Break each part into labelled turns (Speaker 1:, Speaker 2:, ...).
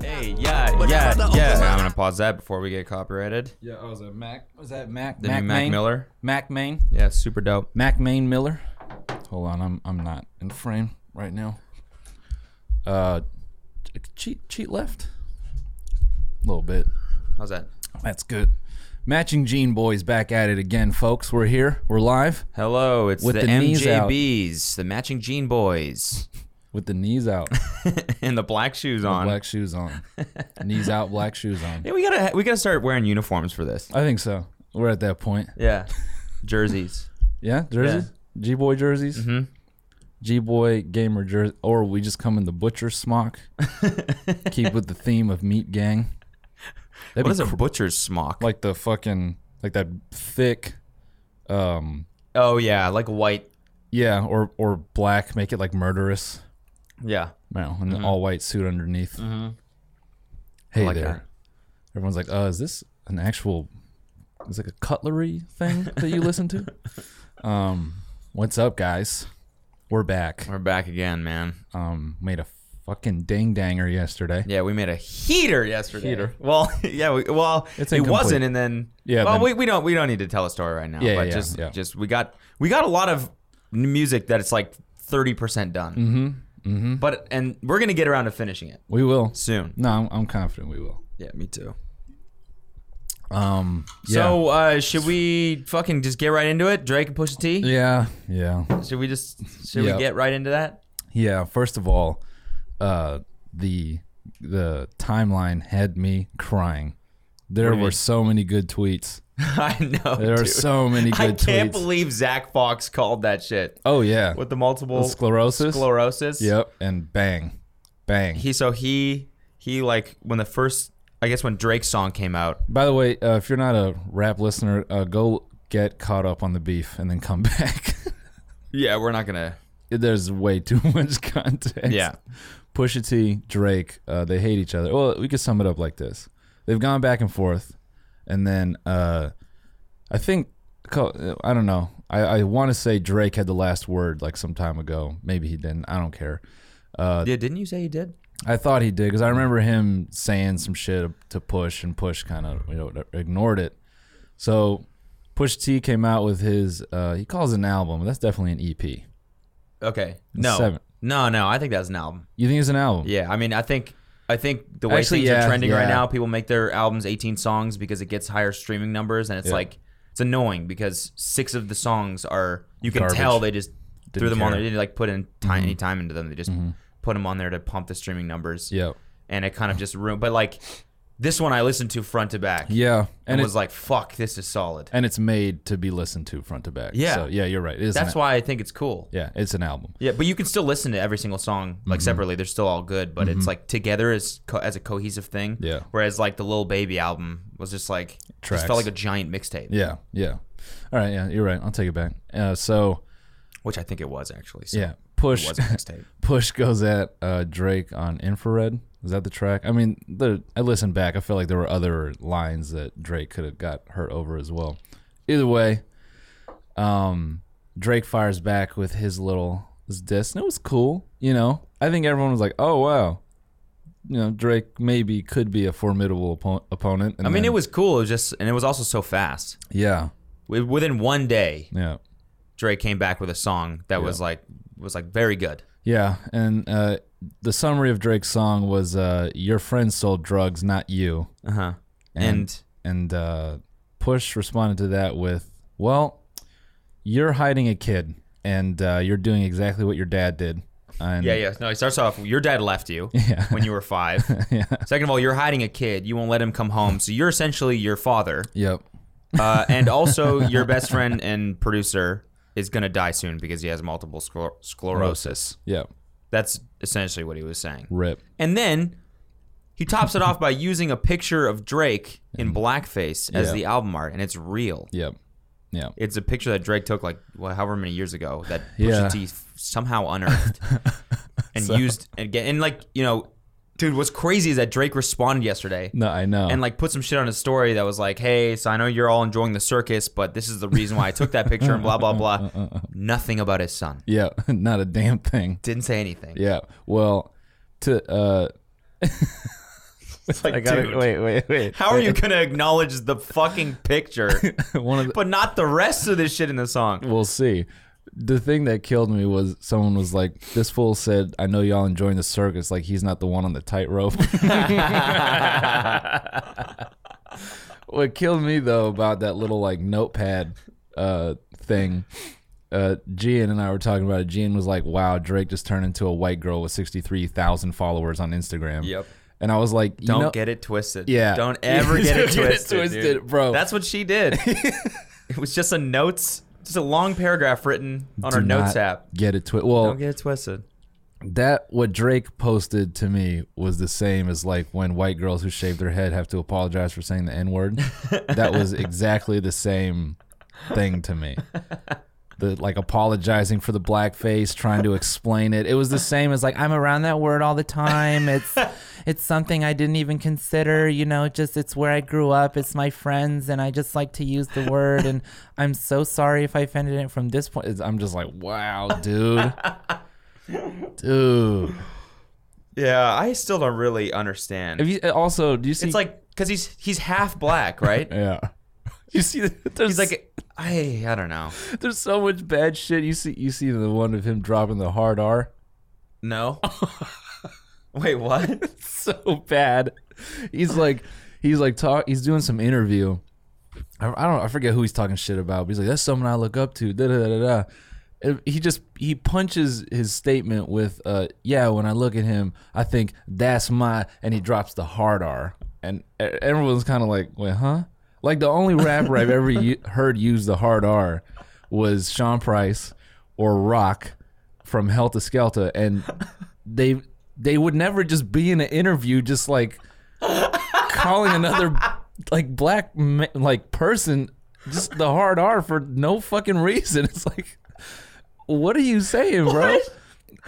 Speaker 1: Hey, yeah,
Speaker 2: But
Speaker 1: yeah,
Speaker 2: it's about to
Speaker 1: yeah.
Speaker 2: open
Speaker 1: I'm gonna pause that before we get copyrighted.
Speaker 3: Yeah, oh, was that Mac? Was that Mac?
Speaker 1: The new Mac
Speaker 3: Main?
Speaker 1: Miller.
Speaker 3: Mac Main.
Speaker 1: Yeah, super dope.
Speaker 3: Mac Main Miller. Hold on, I'm I'm not in frame right now. Uh, cheat cheat left. A little bit.
Speaker 1: How's that?
Speaker 3: That's good. Matching Gene Boys back at it again, folks. We're here. We're live
Speaker 1: Hello, it's
Speaker 3: With
Speaker 1: the,
Speaker 3: the knees out.
Speaker 1: MJBs, the matching Gene Boys,
Speaker 3: with the knees out,
Speaker 1: and the black shoes on.
Speaker 3: black shoes on, knees out, black shoes on.
Speaker 1: Yeah, we gotta we gotta start wearing uniforms for this.
Speaker 3: I think so. We're at that point.
Speaker 1: Yeah, jerseys.
Speaker 3: Yeah, jerseys, G boy jerseys,
Speaker 1: Mhm.
Speaker 3: G boy gamer jersey, or we just come in the butcher smock. Keep with the theme of meat gang. That'd
Speaker 1: What
Speaker 3: be
Speaker 1: is a
Speaker 3: cr-
Speaker 1: butcher's smock?
Speaker 3: like the fucking like that thick, um,
Speaker 1: oh yeah, like white.
Speaker 3: yeah, or or black. Make it like murderous.
Speaker 1: Yeah,
Speaker 3: No, an all white suit underneath.
Speaker 1: Mm-hmm. I
Speaker 3: Hey
Speaker 1: like
Speaker 3: there.
Speaker 1: that.
Speaker 3: Everyone's like, uh, is this an actual? Is like a cutlery thing that you listen to? Um, what's up, guys? We're back.
Speaker 1: We're back again, man.
Speaker 3: um, made a fucking ding danger yesterday.
Speaker 1: Yeah, we made a heater yesterday.
Speaker 3: Heater.
Speaker 1: Well, yeah. We, well,
Speaker 3: It's
Speaker 1: it
Speaker 3: incomplete.
Speaker 1: wasn't, and then
Speaker 3: Yeah,
Speaker 1: Well,
Speaker 3: then-
Speaker 1: we, we don't we don't need to tell a story right now.
Speaker 3: Yeah,
Speaker 1: but
Speaker 3: yeah,
Speaker 1: just
Speaker 3: yeah.
Speaker 1: just we got we got a lot of n- music that it's like thirty percent done. Mm-hmm. Mm-hmm. But and we're gonna get around to finishing it
Speaker 3: We will.
Speaker 1: soon.
Speaker 3: No, I'm, I'm confident we will.
Speaker 1: Yeah, me too.
Speaker 3: Um, yeah.
Speaker 1: So uh, should we fucking just get right into it? Drake and Pusha T.
Speaker 3: yeah, yeah,
Speaker 1: Should we just should
Speaker 3: Yeah.
Speaker 1: we get right into that?
Speaker 3: yeah. First of all, uh, the the timeline had me crying. There
Speaker 1: you
Speaker 3: were
Speaker 1: mean?
Speaker 3: so many good tweets.
Speaker 1: I know.
Speaker 3: There are
Speaker 1: dude.
Speaker 3: so many good
Speaker 1: I can't
Speaker 3: tweets.
Speaker 1: believe Zach Fox called that shit
Speaker 3: oh yeah,
Speaker 1: with the multiple
Speaker 3: sclerosis.
Speaker 1: sclerosis.
Speaker 3: Yep, and bang, bang.
Speaker 1: he so he he like when the first I guess when Drake's song came out.
Speaker 3: By the way, uh, if you're not a rap listener, uh, go get caught up on the beef and then come back.
Speaker 1: Yeah, we're not gonna.
Speaker 3: There's way too much context.
Speaker 1: Yeah,
Speaker 3: Pusha T, Drake, uh, they hate each other. Well, we could sum it up like this: they've gone back and forth, and then uh, I think I don't know. I, I want to say Drake had the last word like some time ago. Maybe he didn't. I don't care.
Speaker 1: Uh, yeah. Didn't you say he did?
Speaker 3: I thought he did because I remember him saying some shit to Push, and Push kind of you know ignored it. So Push T came out with his uh, he calls it an album. That's definitely an E EP.
Speaker 1: Okay. No.
Speaker 3: Seven.
Speaker 1: No, no. I think that's an album.
Speaker 3: You think it's an album?
Speaker 1: Yeah. I mean, I think I think the way
Speaker 3: Actually,
Speaker 1: things
Speaker 3: yeah,
Speaker 1: are trending right
Speaker 3: yeah.
Speaker 1: now, people make their albums 18 songs because it gets higher streaming numbers, and it's
Speaker 3: Yeah.
Speaker 1: like it's annoying because six of the songs are you can
Speaker 3: Garbage.
Speaker 1: tell they just threw
Speaker 3: Didn't
Speaker 1: them on there.
Speaker 3: care. Mm-hmm.
Speaker 1: They didn't like put in time, any time into them. They just put them on there to pump the streaming numbers.
Speaker 3: Yeah.
Speaker 1: And it kind of just ruined. But like this one, I listened to front to back.
Speaker 3: Yeah.
Speaker 1: and
Speaker 3: And it's
Speaker 1: was like, "Fuck, this is solid."
Speaker 3: and it's made to be listened to front to back.
Speaker 1: Yeah.
Speaker 3: So yeah, you're right. It is
Speaker 1: That's
Speaker 3: an,
Speaker 1: why I think it's cool.
Speaker 3: Yeah, it's an album.
Speaker 1: Yeah, but you can still listen to every single song like
Speaker 3: Mm-hmm.
Speaker 1: separately. They're still all good, but it's like together as co- as a cohesive thing.
Speaker 3: Yeah.
Speaker 1: Whereas like the Lil Baby album was just like just
Speaker 3: Tracks.
Speaker 1: felt like a giant mixtape,
Speaker 3: Yeah, yeah. All right, yeah, you're right. I'll take it back. Uh, so
Speaker 1: which I think it was actually. So
Speaker 3: yeah,
Speaker 1: It
Speaker 3: push
Speaker 1: was a mixtape.
Speaker 3: push goes at uh, Drake on Infrared. Is that the track? I mean, the I listened back. I feel like there were other lines that Drake could have got hurt over as well. Either way, um, Drake fires back with his little his diss, and it was cool. You know, I think everyone was like, "Oh wow." You know, Drake maybe could be a formidable oppo- opponent. And
Speaker 1: I mean,
Speaker 3: then-
Speaker 1: it was cool. It was just and it was also so fast.
Speaker 3: yeah,
Speaker 1: Wi- Within one day,
Speaker 3: yeah.
Speaker 1: Drake came back with a song that was like was like very good.
Speaker 3: Yeah, and uh, the summary of Drake's song was uh, "Your friends sold drugs, not you."
Speaker 1: Uh huh. And,
Speaker 3: Uh-huh. And uh, Push responded to that with, "Well, you're hiding a kid, and uh, you're doing exactly what your dad did." And
Speaker 1: yeah, yeah. No, he starts off. Your dad left you
Speaker 3: Yeah.
Speaker 1: when you were five. Second of all, you're hiding a kid. You won't let him come home, so you're essentially your father.
Speaker 3: Yep.
Speaker 1: uh, and also your best friend and producer is gonna die soon because he has multiple scler- sclerosis.
Speaker 3: Yep.
Speaker 1: That's essentially what he was saying.
Speaker 3: Rip.
Speaker 1: And then he tops it off by using a picture of Drake in blackface as
Speaker 3: Mm-hmm. Yeah.
Speaker 1: the album art, and it's real.
Speaker 3: Yep. Yep.
Speaker 1: It's a picture that Drake took like well, however many years ago that Pusha
Speaker 3: Yeah.
Speaker 1: T f- somehow unearthed and used again. And like you know, dude, what's crazy is that Drake responded yesterday
Speaker 3: No, I know.
Speaker 1: and like put some shit on his story that was like, "Hey, so I know you're all enjoying the circus, but this is the reason why I took that picture and blah blah blah." Nothing about his son.
Speaker 3: yeah, not a damn thing.
Speaker 1: Didn't say anything.
Speaker 3: Yeah. Well, to uh
Speaker 1: It's like,
Speaker 2: I gotta
Speaker 1: dude,
Speaker 2: wait, wait, wait.
Speaker 1: how are you gonna acknowledge the fucking picture,
Speaker 3: One of the,
Speaker 1: but not the rest of this shit in the song?
Speaker 3: we'll see. The thing that killed me was someone was like, "This fool said, I know y'all enjoying the circus. Like he's not the one on the tightrope." what killed me though about that little like notepad uh, thing, uh, Gian and I were talking about it. Gian was like, "Wow, Drake just turned into a white girl with sixty three thousand followers on Instagram."
Speaker 1: Yep.
Speaker 3: And I was like, you
Speaker 1: Don't
Speaker 3: know-
Speaker 1: get it twisted.
Speaker 3: Yeah.
Speaker 1: Don't ever get it
Speaker 3: Don't get it
Speaker 1: twisted, dude.
Speaker 3: twisted, bro.
Speaker 1: That's what she did. it was just a notes, just a long paragraph written on
Speaker 3: do
Speaker 1: her notes
Speaker 3: not
Speaker 1: app.
Speaker 3: Get it twisted. Well,
Speaker 1: Don't get it twisted.
Speaker 3: that what Drake posted to me was the same as like when white girls who shave their head have to apologize for saying the N word. that was exactly the same thing to me. The like apologizing for the blackface, trying to explain it. It was the same as like I'm around that word all the time. It's it's something I didn't even consider, you know, just it's where I grew up. It's my friends and I just like to use the word and I'm so sorry if I offended it from this point. It's- I'm just like, wow, dude. Dude.
Speaker 1: Yeah, I still don't really understand.
Speaker 3: Have you uh, also? Do you see?
Speaker 1: it's like because he's he's half black, right?
Speaker 3: yeah. You see, that there's
Speaker 1: he's like I I don't know.
Speaker 3: there's so much bad shit. You see, you see the one of him dropping the hard R.
Speaker 1: No. Wait, what?
Speaker 3: So bad. He's like, he's like talk. He's doing some interview. I, I don't. I forget who he's talking shit about. But he's like, that's someone I look up to. Da da da da. da. And He just he punches his statement with, uh, yeah. When I look at him, I think that's my. And he drops the hard R, and e- everyone's kind of like, wait, huh? Like the only rapper I've ever u- heard use the hard R was Sean Price or Rock from Hell to Skelta, and they they would never just be in an interview just like calling another like black ma- like person just the hard R for no fucking reason. It's like, what are you saying, bro?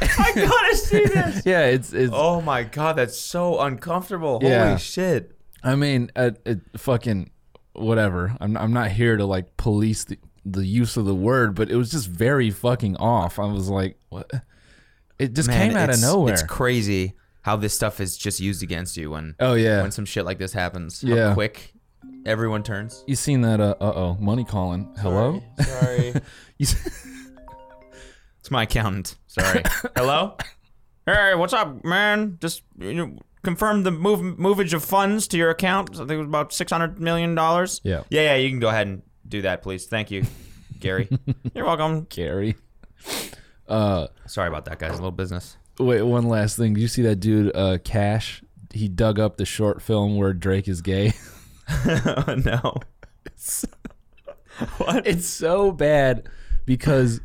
Speaker 1: I gotta see this.
Speaker 3: Yeah, it's it's.
Speaker 1: Oh my god, that's so uncomfortable.
Speaker 3: Yeah.
Speaker 1: Holy shit.
Speaker 3: I mean, it, it fucking whatever. I'm I'm not here to like police the the use of the word, but it was just very fucking off. I was like, what? It just
Speaker 1: Man,
Speaker 3: came out of
Speaker 1: it's-
Speaker 3: nowhere.
Speaker 1: It's crazy how this stuff is just used against you when
Speaker 3: oh yeah,
Speaker 1: when some shit like this happens.
Speaker 3: Yeah.
Speaker 1: How quick everyone turns.
Speaker 3: you seen that? Uh oh, money calling. Hello.
Speaker 1: Sorry.
Speaker 3: You s-
Speaker 1: it's my accountant. Sorry. Hello? Hey, what's up, man? Just you know, confirm the move movage of funds to your account. I think it was about six hundred million dollars.
Speaker 3: Yeah.
Speaker 1: Yeah, yeah, you can go ahead and do that, please. Thank you, Gary. You're welcome.
Speaker 3: Gary. Uh,
Speaker 1: Sorry about that, guys. A little business.
Speaker 3: wait. One last thing. You see that dude, uh, Cash? He dug up the short film where Drake is gay.
Speaker 1: no. what?
Speaker 3: it's so bad because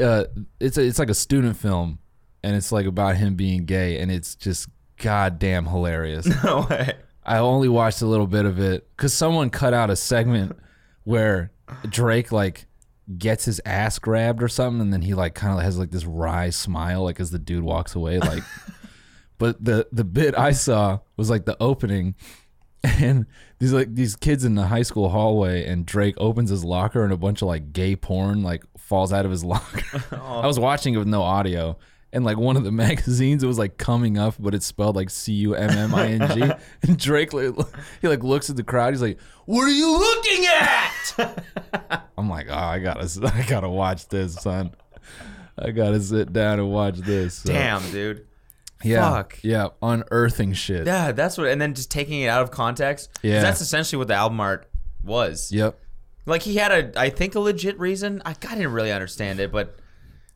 Speaker 3: uh, it's a, it's like a student film, and it's like about him being gay, and it's just goddamn hilarious.
Speaker 1: No way.
Speaker 3: I only watched a little bit of it because someone cut out a segment where Drake like gets his ass grabbed or something, and then he like kind of has like this wry smile, like as the dude walks away, like. but the the bit I saw was like the opening, and these like these kids in the high school hallway, and Drake opens his locker, and a bunch of like gay porn like falls out of his locker. I was watching it with no audio. And like one of the magazines, it was like coming up, but it's spelled like C U M M I N G. And Drake, like, he like looks at the crowd. He's like, "What are you looking at?" I'm like, "Oh, I gotta, I gotta watch this, son. I gotta sit down and watch this." So,
Speaker 1: Damn, dude.
Speaker 3: yeah,
Speaker 1: fuck.
Speaker 3: yeah, unearthing shit.
Speaker 1: Yeah, that's what. And then just taking it out of context. 'Cause
Speaker 3: Yeah.
Speaker 1: That's essentially what the album art was.
Speaker 3: Yep.
Speaker 1: Like he had a, I think a legit reason. I, I didn't really understand it, but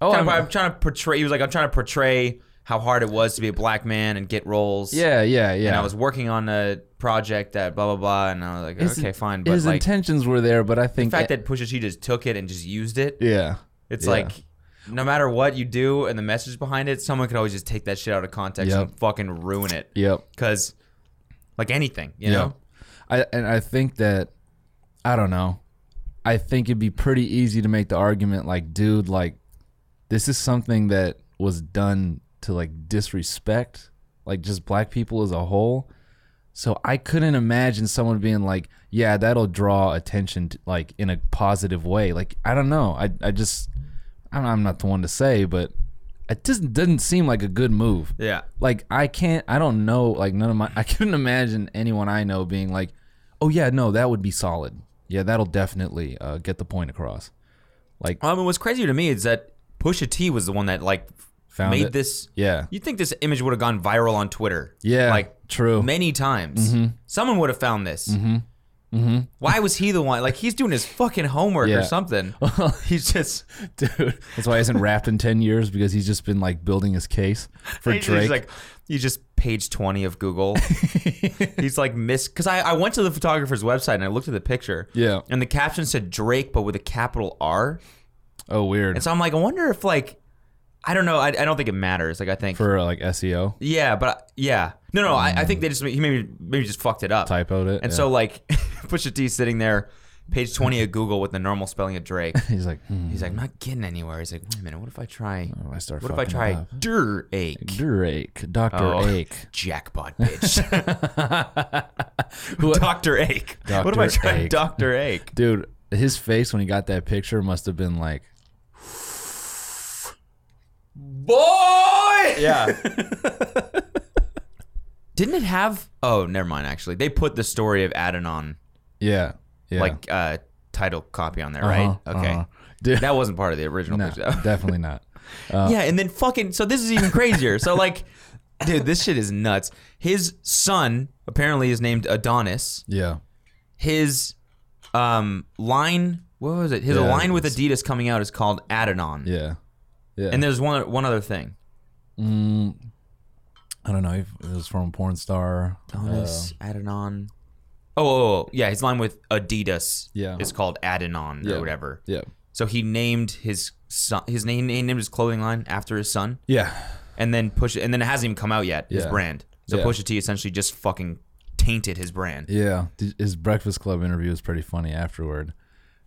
Speaker 3: Oh,
Speaker 1: kind of-
Speaker 3: I'm-
Speaker 1: I'm trying to portray. He was like, I'm trying to portray how hard it was to be a black man and get roles.
Speaker 3: yeah, yeah, yeah.
Speaker 1: And I was working on a project that blah blah blah, and I was like,
Speaker 3: His-
Speaker 1: okay, fine. But
Speaker 3: his
Speaker 1: like
Speaker 3: intentions were there, but I think
Speaker 1: the fact that Pusha T just took it and just used it,
Speaker 3: yeah,
Speaker 1: it's
Speaker 3: Yeah.
Speaker 1: like no matter what you do and the message behind it, someone could always just take that shit out of context
Speaker 3: Yep.
Speaker 1: and fucking ruin it.
Speaker 3: yep.
Speaker 1: Because, like anything, you
Speaker 3: Yeah.
Speaker 1: know.
Speaker 3: I and I think that I don't know. I think it'd be pretty easy to make the argument like, dude, like this is something that was done to like disrespect like just black people as a whole. So I couldn't imagine someone being like, yeah, that'll draw attention to, like in a positive way. Like I don't know. I I just I'm, I'm not the one to say, but it just doesn't seem like a good move.
Speaker 1: Yeah.
Speaker 3: Like I can't. I don't know. Like none of my. I couldn't imagine anyone I know being like, "Oh yeah, no, that would be solid. Yeah, that'll definitely uh, get the point across." Like
Speaker 1: Um, what's crazy to me is that Pusha T was the one that like
Speaker 3: Found
Speaker 1: made
Speaker 3: it.
Speaker 1: this.
Speaker 3: Yeah.
Speaker 1: You think this image would have gone viral on Twitter?
Speaker 3: Yeah, Mm-hmm.
Speaker 1: Like
Speaker 3: true.
Speaker 1: Many times, someone would have found this. Mm-hmm. Mm-hmm. Why was he the one? Like he's doing his fucking homework
Speaker 3: Yeah.
Speaker 1: or something. he's just
Speaker 3: dude, that's why he hasn't rapped in ten years because he's just been like building his case for
Speaker 1: he's
Speaker 3: Drake.
Speaker 1: like he's just page twenty of Google. he's like miss because I, I went to the photographer's website and I looked at the picture.
Speaker 3: Yeah.
Speaker 1: And the caption said Drake, but with a capital R.
Speaker 3: oh, weird.
Speaker 1: And so I'm like, I wonder if like, I don't know. I, I don't think it matters. Like I think
Speaker 3: for Mm. uh, like SEO,
Speaker 1: Yeah, but I- yeah, no, no. I, I think they just he maybe maybe just fucked it up,
Speaker 3: typoed it.
Speaker 1: and
Speaker 3: yeah.
Speaker 1: so like Pusha T sitting there, page twenty of Google with the normal spelling of Drake.
Speaker 3: he's like, hmm,
Speaker 1: He's like, I'm not getting anywhere. He's like, wait a minute, what if I try?
Speaker 3: I start.
Speaker 1: What if I
Speaker 3: Oh, fucking it
Speaker 1: try
Speaker 3: up.
Speaker 1: Drake?
Speaker 3: Drake, Doctor
Speaker 1: Oh.
Speaker 3: Ake?
Speaker 1: Jackpot, bitch.
Speaker 3: Who-
Speaker 1: Doctor Ake. What if I
Speaker 3: Dr.
Speaker 1: try
Speaker 3: Ake.
Speaker 1: Doctor Ake?
Speaker 3: dude, his face when he got that picture must have been like,
Speaker 1: Boy. Yeah. Didn't it have? Oh, never mind. Actually, they put the story of Adenon
Speaker 3: yeah, yeah,
Speaker 1: like uh, title copy on there, right?
Speaker 3: Uh-huh,
Speaker 1: Okay.
Speaker 3: uh-huh. dude,
Speaker 1: That wasn't part of the original
Speaker 3: no,
Speaker 1: picture. though.
Speaker 3: definitely not. Uh,
Speaker 1: yeah, and then fucking so this is even crazier. so like dude, this shit is nuts. His son apparently is named Adonis.
Speaker 3: Yeah,
Speaker 1: His um line what was it? His
Speaker 3: Yeah,
Speaker 1: line with Adidas coming out is called Adonon.
Speaker 3: yeah, yeah.
Speaker 1: And there's one one other thing.
Speaker 3: mm, I don't know. If it was from a porn star. uh,
Speaker 1: Adonis, Adonon. Oh, oh, oh, yeah, his line with Adidas
Speaker 3: Yeah.
Speaker 1: is called Adonon
Speaker 3: Yeah.
Speaker 1: or whatever.
Speaker 3: yeah,
Speaker 1: So he named his son his name he named his clothing line after his son.
Speaker 3: yeah.
Speaker 1: and then push and then it hasn't even come out yet his
Speaker 3: Yeah.
Speaker 1: brand so
Speaker 3: Yeah.
Speaker 1: Pusha T essentially just fucking tainted his brand
Speaker 3: Yeah, th- his Breakfast Club interview was pretty funny afterward,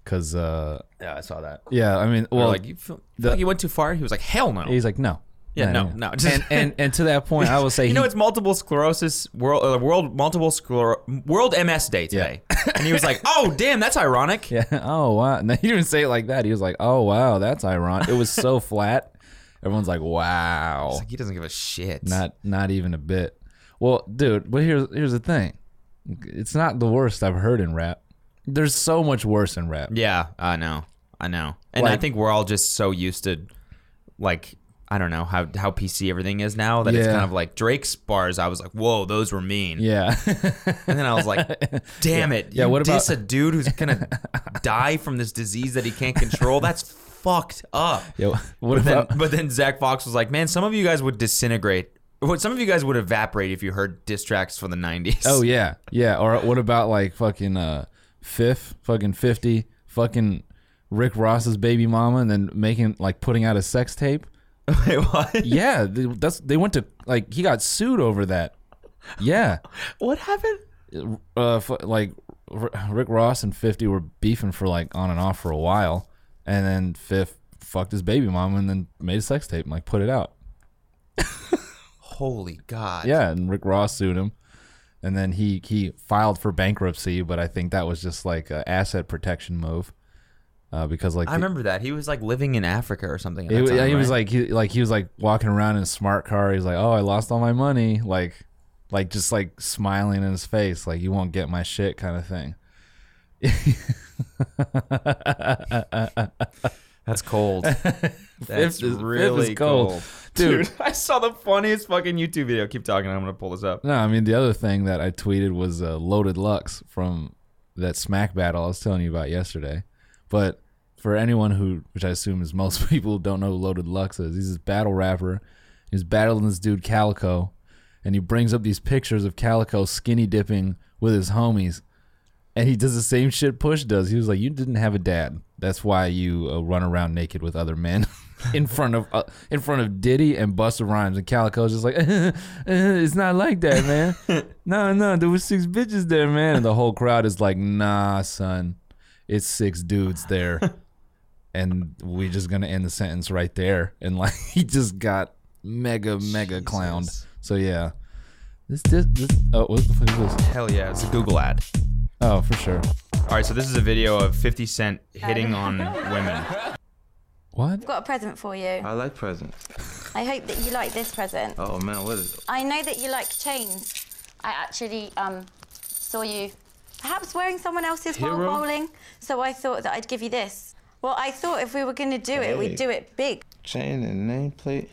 Speaker 3: cause uh,
Speaker 1: yeah I saw that
Speaker 3: yeah, I mean,
Speaker 1: well
Speaker 3: well,
Speaker 1: like you feel, feel like you went too far he was like hell no
Speaker 3: he's like, no,
Speaker 1: Yeah, no, no.
Speaker 3: and, and and to that point, I will say,
Speaker 1: you know
Speaker 3: he-
Speaker 1: it's multiple sclerosis world uh, world multiple scler- world MS day today and he was like oh damn that's ironic
Speaker 3: yeah, oh wow, no, he didn't even say it like that. He was like, oh wow, that's ironic. It was so flat. Everyone's like, wow,
Speaker 1: like he doesn't give a shit
Speaker 3: not not even a bit. Well, dude, but here's here's the thing, it's not the worst I've heard in rap. There's so much worse in rap.
Speaker 1: yeah I know I know and I
Speaker 3: Like-
Speaker 1: think we're all just so used to like I don't know how how PC everything is now that it's
Speaker 3: Yeah.
Speaker 1: kind of like Drake's bars I was like whoa those were mean
Speaker 3: Yeah,
Speaker 1: And then I was like, damn it.
Speaker 3: Yeah,
Speaker 1: you
Speaker 3: what about-
Speaker 1: diss a dude who's going to die from this disease that he can't control? That's fucked up.
Speaker 3: yeah. What
Speaker 1: But then,
Speaker 3: about
Speaker 1: but then Zach Fox was like, man, some of you guys would disintegrate. What Some of you guys would evaporate if you heard diss tracks from the 90s.
Speaker 3: Oh yeah, yeah. Or what about like fucking uh, fifth, fucking fifty, fucking Rick Ross's baby mama, and then making like putting out a sex tape.
Speaker 1: Wait, what?
Speaker 3: Yeah, they, that's they went to like he got sued over that. Yeah,
Speaker 1: What happened?
Speaker 3: uh, fu- like R- Rick Ross and fifty were beefing for like on and off for a while, and then fifth fucked his baby mama and then made a sex tape and like put it out.
Speaker 1: Holy God.
Speaker 3: Yeah, and Rick Ross sued him, and then he he filed for bankruptcy, but I think that was just like an asset protection move, uh, because like
Speaker 1: I
Speaker 3: the-
Speaker 1: remember that. He was like living in Africa or something. at
Speaker 3: he,
Speaker 1: that
Speaker 3: yeah,
Speaker 1: time,
Speaker 3: he was
Speaker 1: right?
Speaker 3: like he like he was like walking around in a smart car. He's like, oh, I lost all my money, like like just like smiling in his face, like you won't get my shit kind of thing.
Speaker 1: That's cold. That's
Speaker 3: is- fifth
Speaker 1: really
Speaker 3: is
Speaker 1: cold.
Speaker 3: cold. Dude.
Speaker 1: I saw the funniest fucking YouTube video. Keep talking. I'm going to pull this up.
Speaker 3: No, I mean the other thing that I tweeted was uh, loaded Lux from that smack battle I was telling you about yesterday. But for anyone who, which I assume is most people, who don't know who loaded Lux is, he's this battle rapper. He's battling this dude Calico, and he brings up these pictures of Calico skinny dipping with his homies, and he does the same shit Push does. He was like, "You didn't have a dad. That's why you uh, run around naked with other men." In front of uh, in front of Diddy and Busta Rhymes and Calico's just like "Uh, it's not like that man no no there was six bitches there man and the whole crowd is like nah son it's six dudes there and we're just gonna end the sentence right there and like he just got mega mega clowned so yeah this this, this oh what the fuck is this
Speaker 1: Hell yeah. It's a Google ad.
Speaker 3: oh for sure
Speaker 1: All right, so this is a video of 50 Cent hitting on women.
Speaker 3: What?
Speaker 2: I've got a present for you.
Speaker 4: I like presents.
Speaker 2: I hope that you like this present.
Speaker 4: Oh man, what is?
Speaker 2: I know that you like chains. I actually um, saw you perhaps wearing someone else's
Speaker 4: Hero?
Speaker 2: while bowling, so I thought that I'd give you this. Well, I thought if we were going to do it,
Speaker 4: Hey.
Speaker 2: we'd do it big.
Speaker 4: Chain and nameplate.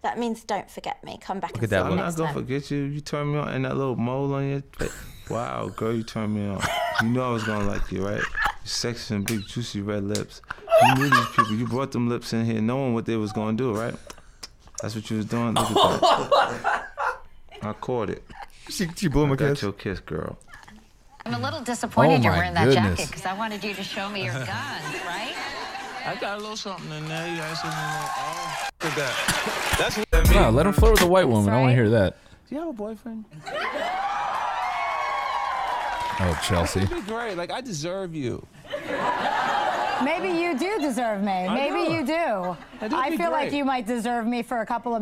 Speaker 2: That means don't forget me. Come back and
Speaker 1: at that
Speaker 2: see
Speaker 4: I'm
Speaker 2: me
Speaker 4: not
Speaker 2: next
Speaker 4: gonna
Speaker 2: time.
Speaker 4: forget you. You turned me on, and that little mole on your. Face. Wow, girl, you turned me on. You knew I was gonna like you, right? You sexy and big, juicy red lips. You knew these people. You brought them lips in here, knowing what they was gonna do, right? That's what you was doing. Look at that. I caught it.
Speaker 1: She, she blew him a
Speaker 4: Got your kiss, girl.
Speaker 5: I'm a little disappointed you're
Speaker 3: Oh my
Speaker 5: wearing that
Speaker 3: goodness.
Speaker 5: jacket because I wanted you to show me your guns, right?
Speaker 4: I got a little something in there. You got something in there. Oh, look at that.
Speaker 3: No, let him flirt with a white woman. I want to
Speaker 2: Sorry?
Speaker 3: hear that.
Speaker 4: Do you have a boyfriend?
Speaker 3: Oh, Chelsea.
Speaker 4: You're great. Like I deserve you.
Speaker 6: Maybe you do deserve me. Maybe you do. I
Speaker 4: be
Speaker 6: feel like
Speaker 4: great.
Speaker 6: you might deserve me for a couple of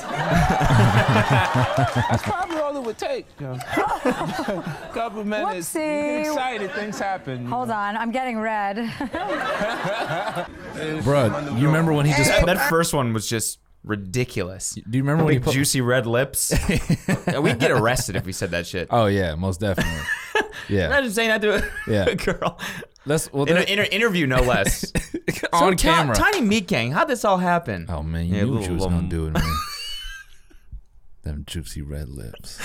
Speaker 4: That's probably all it would take. Couple minutes. You get
Speaker 6: Whoopsie.
Speaker 4: excited, things happen.
Speaker 6: Hold on, I'm getting red.
Speaker 3: Bruh, you remember when he just.
Speaker 1: That, that first one was just ridiculous.
Speaker 3: Do you remember when he
Speaker 1: Big
Speaker 3: put.
Speaker 1: juicy red lips. Yeah, We'd get arrested if we said that shit.
Speaker 3: Oh, yeah, most definitely. Yeah.
Speaker 1: Imagine saying that to a,
Speaker 3: Yeah.
Speaker 1: a girl
Speaker 3: That's well,
Speaker 1: in an
Speaker 3: that-
Speaker 1: inter- interview, no less.
Speaker 3: on
Speaker 1: Ti-
Speaker 3: camera.
Speaker 1: Tiny Meat Gang. How'd this all happen?
Speaker 3: oh, man, you
Speaker 1: Yeah,
Speaker 3: knew
Speaker 1: little-
Speaker 3: what you was
Speaker 1: little-
Speaker 3: going to do it, man. Them juicy red lips.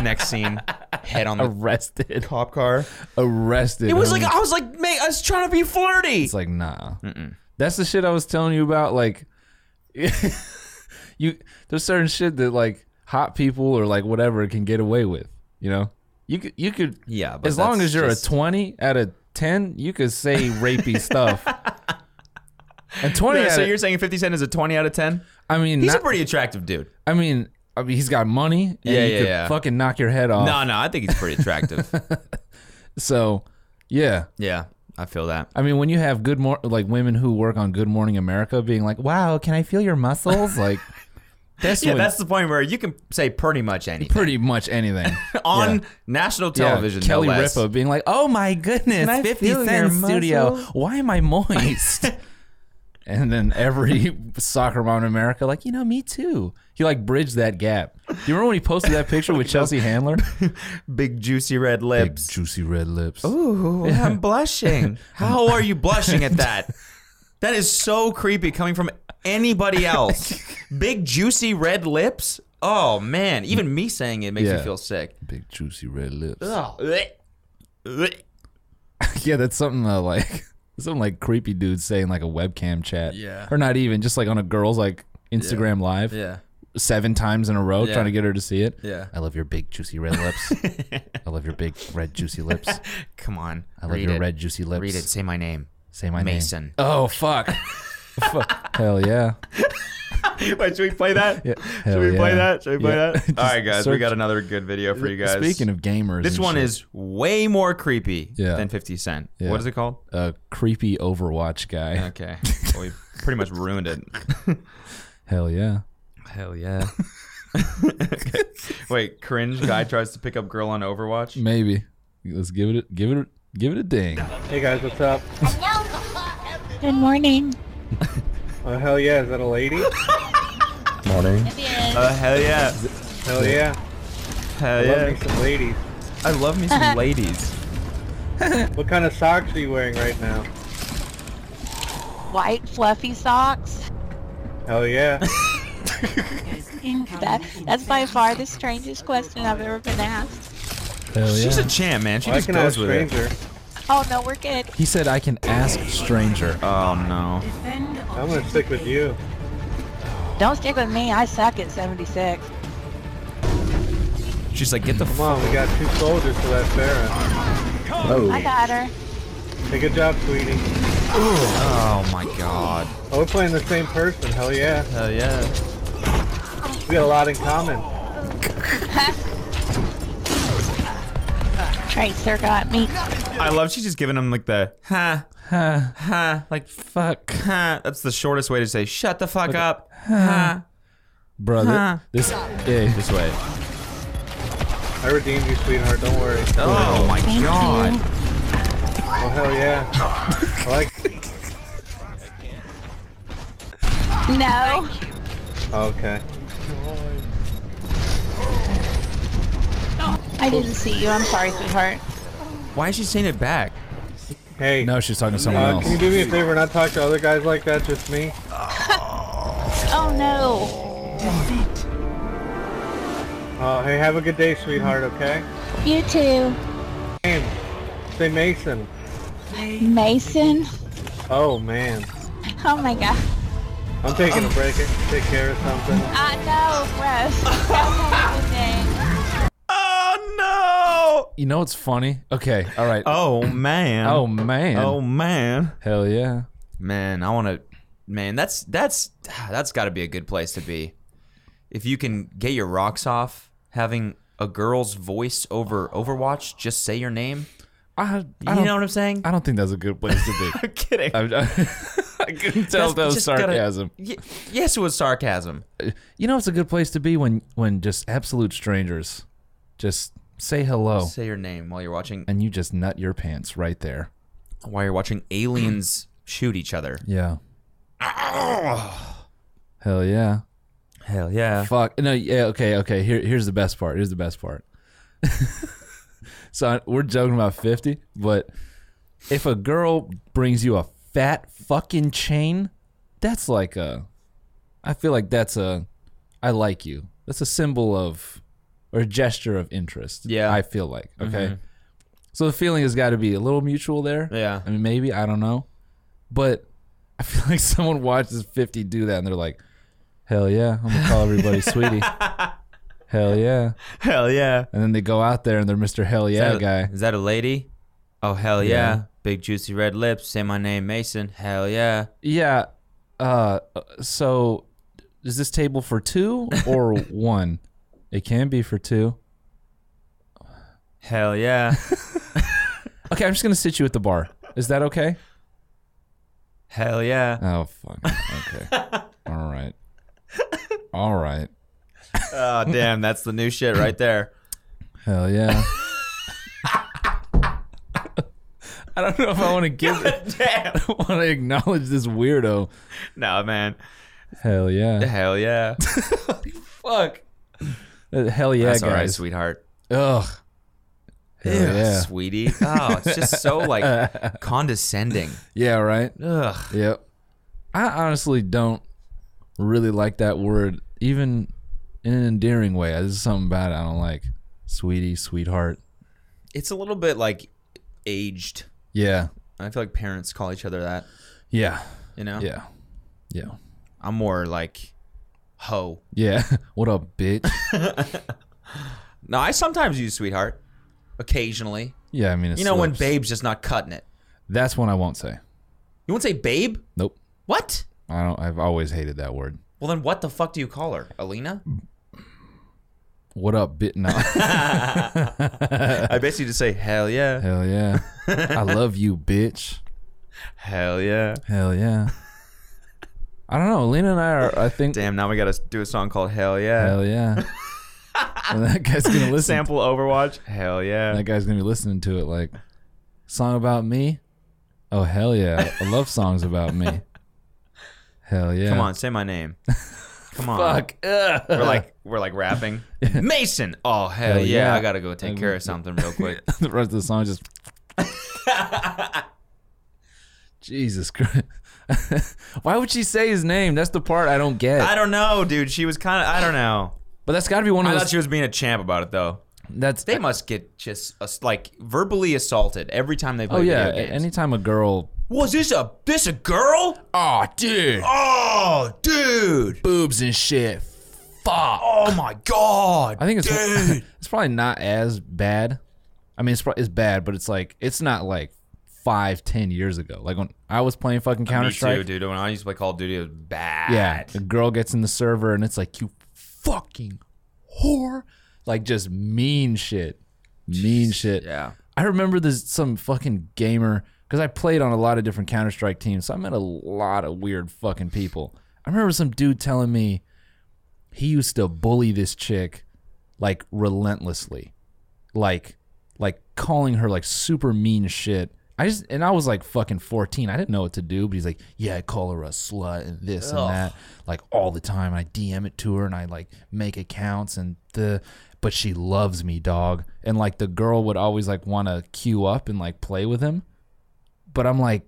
Speaker 1: Next scene, head on the
Speaker 3: Arrested.
Speaker 1: cop car.
Speaker 3: Arrested.
Speaker 1: It was like
Speaker 3: homie.
Speaker 1: I was like, mate, I was trying to be flirty.
Speaker 3: It's like, nah. That's the shit I was telling you about. Like, you there's certain shit that like hot people or like whatever can get away with. You know, you could you could
Speaker 1: Yeah, but
Speaker 3: As long
Speaker 1: that's
Speaker 3: as you're
Speaker 1: just-
Speaker 3: a twenty out of ten, you could say rapey stuff. And twenty,
Speaker 1: Yeah,
Speaker 3: out
Speaker 1: so
Speaker 3: of-
Speaker 1: you're saying 50 Cent is a 20 out of 10?
Speaker 3: I mean,
Speaker 1: He's
Speaker 3: not,
Speaker 1: a pretty attractive dude.
Speaker 3: I mean, I mean, he's got money. And
Speaker 1: Yeah,
Speaker 3: you
Speaker 1: yeah,
Speaker 3: could
Speaker 1: yeah.
Speaker 3: Fucking knock your head off.
Speaker 1: No, no, I think he's pretty attractive.
Speaker 3: So, yeah.
Speaker 1: yeah, I feel that.
Speaker 3: I mean, when you have good mor- like women who work on Good Morning America being like, "Wow, can I feel your muscles?" like, that's
Speaker 1: Yeah,
Speaker 3: when-
Speaker 1: that's the point where you can say pretty much anything
Speaker 3: pretty much anything.
Speaker 1: on national television.
Speaker 3: yeah, Kelly
Speaker 1: no less.
Speaker 3: Ripa being like, "Oh my goodness,
Speaker 1: I
Speaker 3: 50
Speaker 1: feel your
Speaker 3: Cent studio.
Speaker 1: muscles?"
Speaker 3: Why am I moist?" and then every soccer mom in America like, "You know, me too." He like bridged that gap. You remember when he posted that picture with Chelsea Handler?
Speaker 1: Big juicy red lips.
Speaker 3: juicy red lips.
Speaker 1: Ooh, I'm blushing. How are you blushing at that? That is so creepy coming from anybody else. Big juicy red lips. Oh man, even me saying it makes me
Speaker 3: Yeah.
Speaker 1: feel sick.
Speaker 3: Big juicy red lips.
Speaker 1: Ugh. Blech. Blech.
Speaker 3: yeah, that's something uh, like something like creepy dudes say in like a webcam chat.
Speaker 1: Yeah.
Speaker 3: Or not even just like on a girl's like Instagram live
Speaker 1: Yeah.
Speaker 3: seven times in a row
Speaker 1: Yeah.
Speaker 3: trying to get her to see it.
Speaker 1: Yeah.
Speaker 3: I love your big juicy red lips. I love your big red juicy lips.
Speaker 1: Come on.
Speaker 3: I love
Speaker 1: read
Speaker 3: your
Speaker 1: it.
Speaker 3: red juicy lips.
Speaker 1: Read it. Say my name.
Speaker 3: Say my
Speaker 1: Mason.
Speaker 3: name. Oh fuck. fuck. Hell yeah.
Speaker 1: Wait, should we play that?
Speaker 3: yeah. Hell yeah.
Speaker 1: Should we
Speaker 3: play Yeah. that? Just
Speaker 1: All right, guys, we
Speaker 3: search-
Speaker 1: got another good video for you guys.
Speaker 3: Speaking of gamers,
Speaker 1: this
Speaker 3: and
Speaker 1: one
Speaker 3: shit,
Speaker 1: is way more creepy
Speaker 3: Yeah.
Speaker 1: than 50 Cent.
Speaker 3: Yeah.
Speaker 1: What is it called?
Speaker 3: a creepy Overwatch guy.
Speaker 1: Okay. Well, we pretty much ruined it.
Speaker 3: Hell yeah.
Speaker 1: Hell yeah. Wait, cringe guy tries to pick up girl on Overwatch.
Speaker 3: Maybe. Let's give it a, give it a, give it a ding.
Speaker 7: Hey guys, what's up?
Speaker 8: Good morning.
Speaker 7: Oh hell yeah, is that a lady?
Speaker 1: Oh hell yeah,
Speaker 7: Hell yeah.
Speaker 1: hell
Speaker 7: Love me some ladies.
Speaker 1: I love me some ladies.
Speaker 7: What kind of socks are you wearing right now?
Speaker 8: White fluffy socks.
Speaker 7: Hell yeah.
Speaker 8: That, that's by far the strangest question I've ever been asked.
Speaker 3: Hell Oh, yeah.
Speaker 1: She's a champ, man. She
Speaker 7: Why
Speaker 1: just
Speaker 7: can I a
Speaker 1: goes with it.
Speaker 7: stranger?
Speaker 8: Oh no, we're good.
Speaker 3: he said I can ask stranger.
Speaker 1: Oh no.
Speaker 7: I'm gonna stick with you.
Speaker 8: Don't stick with me. I suck at 76.
Speaker 1: She's like, get the
Speaker 7: Come
Speaker 1: fuck.
Speaker 7: on, we got two soldiers for that Sarah.
Speaker 8: I got her.
Speaker 7: Hey, good job, sweetie.
Speaker 1: Oh my god.
Speaker 7: Oh, we're playing the same person. Hell yeah.
Speaker 1: Hell yeah.
Speaker 7: We got a lot in common.
Speaker 8: Tracer got me.
Speaker 1: I love. She's just giving him like the ha
Speaker 3: Huh,
Speaker 1: ha like
Speaker 3: fuck.
Speaker 1: ha. That's the shortest way to say shut the fuck up.
Speaker 3: Brother.
Speaker 1: Huh.
Speaker 3: This hey,
Speaker 1: This way.
Speaker 7: I redeemed you, sweetheart. Don't worry.
Speaker 1: Oh my
Speaker 8: Thank
Speaker 1: god.
Speaker 8: you.
Speaker 7: Oh, hell yeah. I like.
Speaker 8: No.
Speaker 7: Oh, Okay.
Speaker 8: I didn't see you. I'm sorry, sweetheart.
Speaker 1: Why is she saying it back?
Speaker 7: Hey,
Speaker 3: No, she's talking to someone
Speaker 7: uh, can you
Speaker 3: else.
Speaker 7: do me a favor and not talk to other guys like that, just me?
Speaker 8: Oh no.
Speaker 7: Uh, hey, have a good day, sweetheart, okay?
Speaker 8: You too.
Speaker 7: Name. Say Mason.
Speaker 8: Mason.
Speaker 7: Oh, man.
Speaker 8: Oh my god.
Speaker 7: I'm taking a break. I can Take care of something.
Speaker 8: I know, gross. Have a good day.
Speaker 1: Oh
Speaker 3: You know what's funny? Okay, all right.
Speaker 1: no! Oh man!
Speaker 3: Oh, man.
Speaker 1: Oh man!
Speaker 3: Hell yeah.
Speaker 1: Man, I want to. Man, that's that's that's got to be a good place to be. If you can get your rocks off, having a girl's voice over Overwatch, just say your name.
Speaker 3: I, I
Speaker 1: You
Speaker 3: don't,
Speaker 1: know what I'm saying?
Speaker 3: I don't think that's a good place to be.
Speaker 1: I'm kidding.
Speaker 3: I, I, I couldn't tell
Speaker 1: That's
Speaker 3: that was
Speaker 1: just gotta-
Speaker 3: sarcasm.
Speaker 1: Y- yes, it was sarcasm.
Speaker 3: You know, it's a good place to be when when just absolute strangers just say hello
Speaker 1: Say your name while you're watching
Speaker 3: and you just nut your pants right there.
Speaker 1: while you're watching aliens shoot each other.
Speaker 3: Yeah. Ah! Hell yeah.
Speaker 1: Hell yeah.
Speaker 3: Fuck. No. Yeah. Okay. Okay. Here. Here's the best part. Here's the best part. so I, we're joking about fifty, but if a girl brings you a fat fucking chain, that's like a. I feel like that's a. I like you. That's a symbol of, or a gesture of interest.
Speaker 1: Yeah. Mm-hmm.
Speaker 3: I feel like okay. So the feeling has got to be a little mutual there.
Speaker 1: Yeah.
Speaker 3: I mean, maybe I don't know, but I feel like someone watches fifty do that and they're like, "Hell yeah, I'm gonna call everybody sweetie." Hell yeah,
Speaker 1: Hell yeah.
Speaker 3: and then they go out there and they're Mr. Hell yeah
Speaker 1: that a-
Speaker 3: guy.
Speaker 1: Is that a lady? Oh hell yeah.
Speaker 3: Yeah.
Speaker 1: Big juicy red lips. Say my name, Mason. Hell yeah.
Speaker 3: Yeah. Uh, so is this table for two or one? It can be for two.
Speaker 1: Hell yeah.
Speaker 3: Okay, I'm just gonna sit you at the bar. Is that okay?
Speaker 1: hell yeah.
Speaker 3: Oh fuck. Okay. All right. All right.
Speaker 1: Oh damn, that's the new shit right there.
Speaker 3: Hell yeah. I don't know if I want to give.
Speaker 1: damn.
Speaker 3: I want to acknowledge this weirdo.
Speaker 1: No man.
Speaker 3: Hell yeah.
Speaker 1: Hell yeah.
Speaker 3: Fuck. Uh, Hell yeah,
Speaker 1: that's all right,
Speaker 3: guys.
Speaker 1: sweetheart.
Speaker 3: Ugh. Hell
Speaker 1: Ugh,
Speaker 3: yeah.
Speaker 1: Sweetie. Oh, it's just so like condescending.
Speaker 3: Yeah. Right.
Speaker 1: Ugh.
Speaker 3: Yep. I honestly don't really like that word, even in an endearing way. There's something about it I don't like. Sweetie, sweetheart.
Speaker 1: It's a little bit like aged.
Speaker 3: Yeah.
Speaker 1: I feel like parents call each other that,
Speaker 3: Yeah.
Speaker 1: you know?
Speaker 3: Yeah. Yeah.
Speaker 1: I'm more like ho.
Speaker 3: Yeah. what up, bitch?
Speaker 1: No, I sometimes use sweetheart. Occasionally.
Speaker 3: Yeah, I mean, it
Speaker 1: You know when
Speaker 3: slips.
Speaker 1: babe's just not cutting it.
Speaker 3: That's one I won't say.
Speaker 1: You won't say babe?
Speaker 3: Nope.
Speaker 1: What?
Speaker 3: I don't. I've always hated that word.
Speaker 1: Well, then what the fuck do you call her? Alina?
Speaker 3: What up, bit? No.
Speaker 1: I basically just say, hell yeah.
Speaker 3: Hell yeah. I love you, bitch.
Speaker 1: Hell yeah.
Speaker 3: Hell yeah. I don't know. Lena and I are. I think.
Speaker 1: Damn, now we gotta do a song called Hell Yeah.
Speaker 3: Hell yeah. and that guy's gonna listen.
Speaker 1: Sample Overwatch? Hell yeah.
Speaker 3: That guy's gonna be listening to it like, song about me. Oh hell yeah! I love songs about me. Hell yeah!
Speaker 1: Come on, say my name. Come on.
Speaker 3: Fuck. Ugh.
Speaker 1: We're like we're like rapping. Mason. Oh hell,
Speaker 3: Hell
Speaker 1: yeah.
Speaker 3: yeah.
Speaker 1: I gotta go take care of something real quick.
Speaker 3: the rest of the song just. Jesus Christ! Why would she say his name? That's the part I don't get.
Speaker 1: I don't know, dude. She was kind of I don't know.
Speaker 3: but that's got to be one of
Speaker 1: I
Speaker 3: those.
Speaker 1: thought she was being a champ about it though.
Speaker 3: that's
Speaker 1: They must get just ass- like verbally assaulted every time they play
Speaker 3: oh yeah.
Speaker 1: video games.
Speaker 3: Anytime a girl.
Speaker 1: Was this a this a girl?
Speaker 3: Oh dude,
Speaker 1: Oh, dude.
Speaker 3: boobs and shit. Fuck.
Speaker 1: Oh my god.
Speaker 3: I think it's it's probably not as bad. I mean, it's pro- it's bad, but it's like it's not like five, ten years ago. Like when I was playing fucking Counter
Speaker 1: Me too,
Speaker 3: Strike.
Speaker 1: dude. When I used to play Call of Duty, it was bad.
Speaker 3: Yeah, a girl gets in the server and it's like you fucking whore, like just mean shit, mean shit.
Speaker 1: Yeah.
Speaker 3: I remember this some fucking gamer because I played on a lot of different Counter Strike teams, so I met a lot of weird fucking people. I remember some dude telling me he used to bully this chick like relentlessly, like like calling her like super mean shit. I just and I was like fucking 14. I didn't know what to do, but he's like, "Yeah, I call her a slut and this and that, like all the time. I DM it to her and I like make accounts and the, but she loves me, dog. And like the girl would always like want to queue up and like play with him, but I'm like,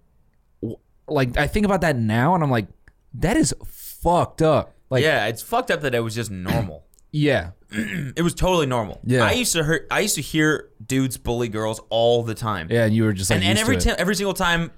Speaker 3: w- like I think about that now and I'm like, that is fucked up. Like,
Speaker 1: yeah, it's fucked up that it was just normal.
Speaker 3: yeah,
Speaker 1: It was totally normal.
Speaker 3: Yeah.
Speaker 1: I used to hear I used to hear dudes bully girls all the time.
Speaker 3: yeah. And you were just like,
Speaker 1: and, and
Speaker 3: used
Speaker 1: every
Speaker 3: to
Speaker 1: ti-
Speaker 3: it.
Speaker 1: every single time,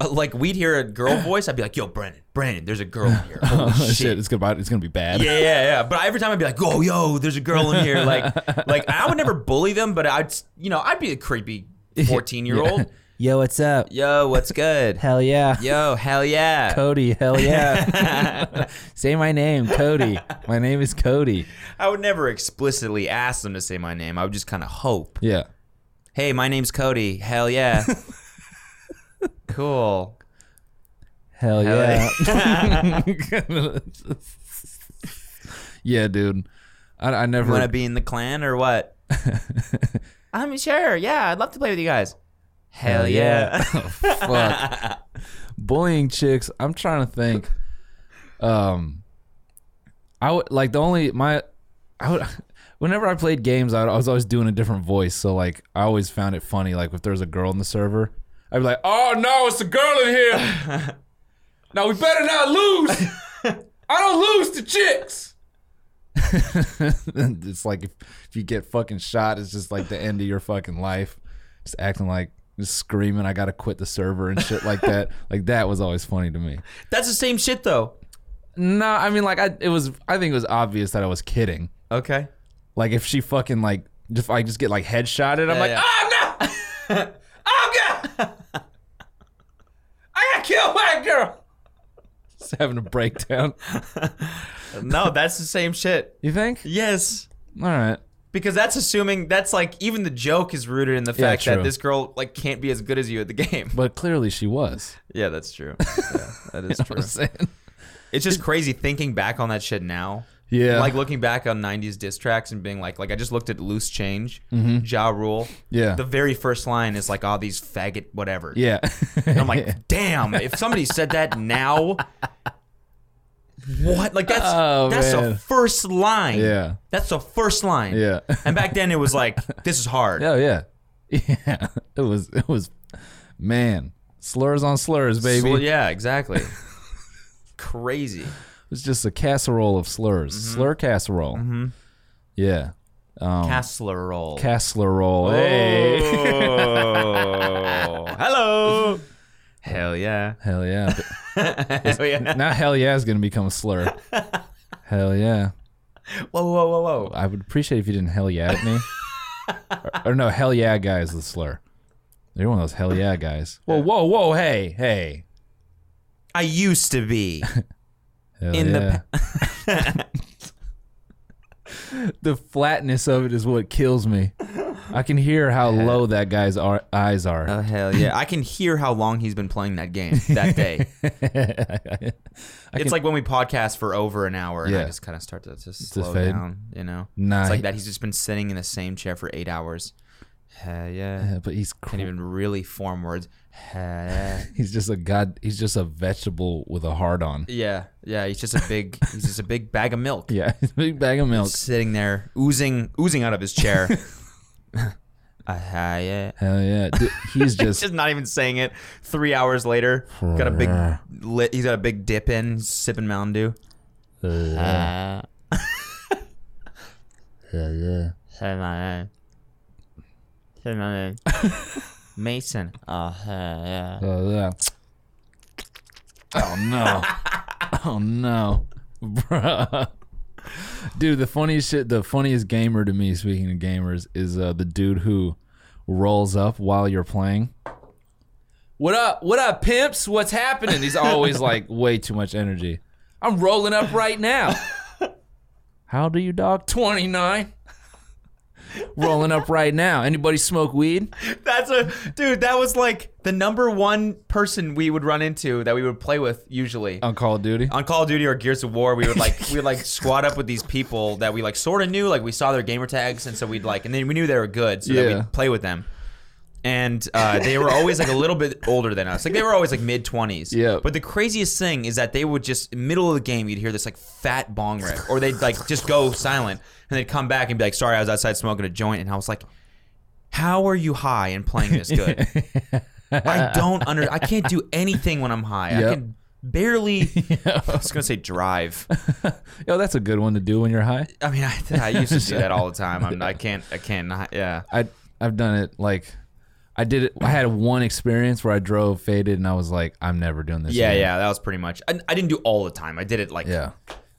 Speaker 1: uh, like we'd hear a girl voice, I'd be like, "Yo, Brandon, Brandon, there's a girl in here." Holy
Speaker 3: shit,
Speaker 1: shit.
Speaker 3: it's gonna it's gonna be bad.
Speaker 1: Yeah, yeah, yeah. But every time I'd be like, "Oh, yo, there's a girl in here." Like, like I would never bully them, but I'd you know I'd be a creepy fourteen year old.
Speaker 3: Yo, what's up?
Speaker 1: Yo, what's good?
Speaker 3: Hell yeah.
Speaker 1: Yo, hell yeah.
Speaker 3: Cody, hell yeah. Say my name, Cody. My name is Cody.
Speaker 1: I would never explicitly ask them to say my name. I would just kind of hope.
Speaker 3: Yeah.
Speaker 1: Hey, my name's Cody. Hell yeah. cool.
Speaker 3: Hell,
Speaker 1: Hell
Speaker 3: yeah. yeah, dude. I, I never.
Speaker 1: Want to be in the clan or what? I'm sure. Yeah, I'd love to play with you guys. Hell yeah.
Speaker 3: fuck. Bullying chicks. I'm trying to think. Um, I would like the only my, I would. Whenever I played games, I, would- I was always doing a different voice. So like, I always found it funny. Like if there was a girl in the server, I'd be like, "Oh no, it's a girl in here. now we better not lose. I don't lose to chicks." And it's like if, if you get fucking shot, it's just like the end of your fucking life. Just acting like just screaming, "I gotta quit the server" and shit like that. like that was always funny to me.
Speaker 1: That's the same shit though.
Speaker 3: No, I mean like I it was. I think it was obvious that I was kidding.
Speaker 1: Okay.
Speaker 3: Like if she fucking like if I just get like headshotted, I'm like,
Speaker 1: yeah.
Speaker 3: oh no, oh god, I got killed by a girl. Just having a breakdown.
Speaker 1: No, that's the same shit.
Speaker 3: You think?
Speaker 1: Yes.
Speaker 3: All right.
Speaker 1: Because that's assuming that's like even the joke is rooted in the fact that
Speaker 3: true.
Speaker 1: this girl like can't be as good as you at the game.
Speaker 3: But clearly she was.
Speaker 1: Yeah, that's true. Yeah, that is true.
Speaker 3: I'm saying.
Speaker 1: It's just crazy thinking back on that shit now.
Speaker 3: Yeah.
Speaker 1: Like looking back on 90s diss tracks and being like, like I just looked at Loose Change, Ja Rule.
Speaker 3: Yeah.
Speaker 1: The very first line is like, oh, these faggot whatever.
Speaker 3: Yeah.
Speaker 1: And I'm like, damn, if somebody said that now, what? Like that's
Speaker 3: Oh,
Speaker 1: that's
Speaker 3: man.
Speaker 1: the first line.
Speaker 3: Yeah.
Speaker 1: That's the first line.
Speaker 3: Yeah.
Speaker 1: And back then it was like, this is hard.
Speaker 3: oh yeah. Yeah. It was. It was. Man, slurs on slurs, baby.
Speaker 1: Sl- yeah, exactly. Crazy.
Speaker 3: It's just a casserole of slurs. Slur casserole. Mm-hmm. Yeah.
Speaker 1: Castler roll.
Speaker 3: Casserole. Oh. Hey.
Speaker 1: Oh, hello. Hell yeah.
Speaker 3: Hell yeah.
Speaker 1: Hell yeah.
Speaker 3: now hell yeah is going to become a slur. hell yeah.
Speaker 1: Whoa, whoa, whoa, whoa.
Speaker 3: I would appreciate if you didn't hell yeah at me. or, or no, hell yeah guy is the slur. You're one of those hell yeah guys. Whoa, whoa, whoa, hey, hey.
Speaker 1: I used to be.
Speaker 3: Hell
Speaker 1: In the
Speaker 3: Oh, yeah. the flatness of it is what kills me. I can hear how low that guy's ar- eyes are.
Speaker 1: Oh, hell yeah. I can hear how long he's been playing that game that day. it's like when we podcast for over an hour and I
Speaker 3: Yeah.
Speaker 1: just kind of start to just slow
Speaker 3: fade.
Speaker 1: down, you know?
Speaker 3: Nah,
Speaker 1: It's
Speaker 3: he-
Speaker 1: like that. He's just been sitting in the same chair for eight hours. Hell yeah.
Speaker 3: Yeah, but he's cr-
Speaker 1: Can't even really form words. Hell yeah.
Speaker 3: he's just a god. He's just a vegetable with a heart on.
Speaker 1: Yeah, yeah. He's just a big, he's just a big bag of milk.
Speaker 3: Yeah, big bag of milk.
Speaker 1: sitting there oozing oozing out of his chair. Uh, I had it.
Speaker 3: Hell yeah, Dude, he's just
Speaker 1: Just not even saying it. Three hours later, got a big lit. He's got a big dip in, sipping Mountain Dew. Ah.
Speaker 3: hell yeah.
Speaker 1: Say my name. Say my name. Mason. Oh hell yeah.
Speaker 3: Oh, yeah. Oh no. oh no. Bruh. Dude, the funniest shit, the funniest gamer to me, speaking of gamers, is uh, the dude who rolls up while you're playing. What up? What up, pimps? What's happening? He's always like way too much energy. I'm rolling up right now. How do you, dog? 29. rolling up right now. Anybody smoke weed?
Speaker 1: That's a dude. That was like the number one person we would run into that we would play with usually.
Speaker 3: On Call of Duty?
Speaker 1: on Call of Duty or Gears of War, we would like we would like squad up with these people that we like sort of knew, like we saw their gamer tags, and so we'd like, and then we knew they were good, so
Speaker 3: Yeah.
Speaker 1: that we'd play with them. and uh, they were always like a little bit older than us. Like they were always like mid twenties.
Speaker 3: Yeah.
Speaker 1: But the craziest thing is that they would just middle of the game, you'd hear this like fat bong rip, or they'd like just go silent, and they'd come back and be like, "Sorry, I was outside smoking a joint," and I was like, "How are you high and playing this good?" I don't under. I can't do anything when I'm high. I
Speaker 3: Yep.
Speaker 1: can barely. I was gonna say drive.
Speaker 3: Yo, that's a good one to do when you're high.
Speaker 1: I mean, I, I used to do that all the time. I'm, I can't. I can't. Not, yeah.
Speaker 3: I I've done it like I did it. I had one experience where I drove faded, and I was like, I'm never doing this.
Speaker 1: Yeah,
Speaker 3: again.
Speaker 1: yeah, that was pretty much. I, I didn't do all the time. I did it like
Speaker 3: Yeah.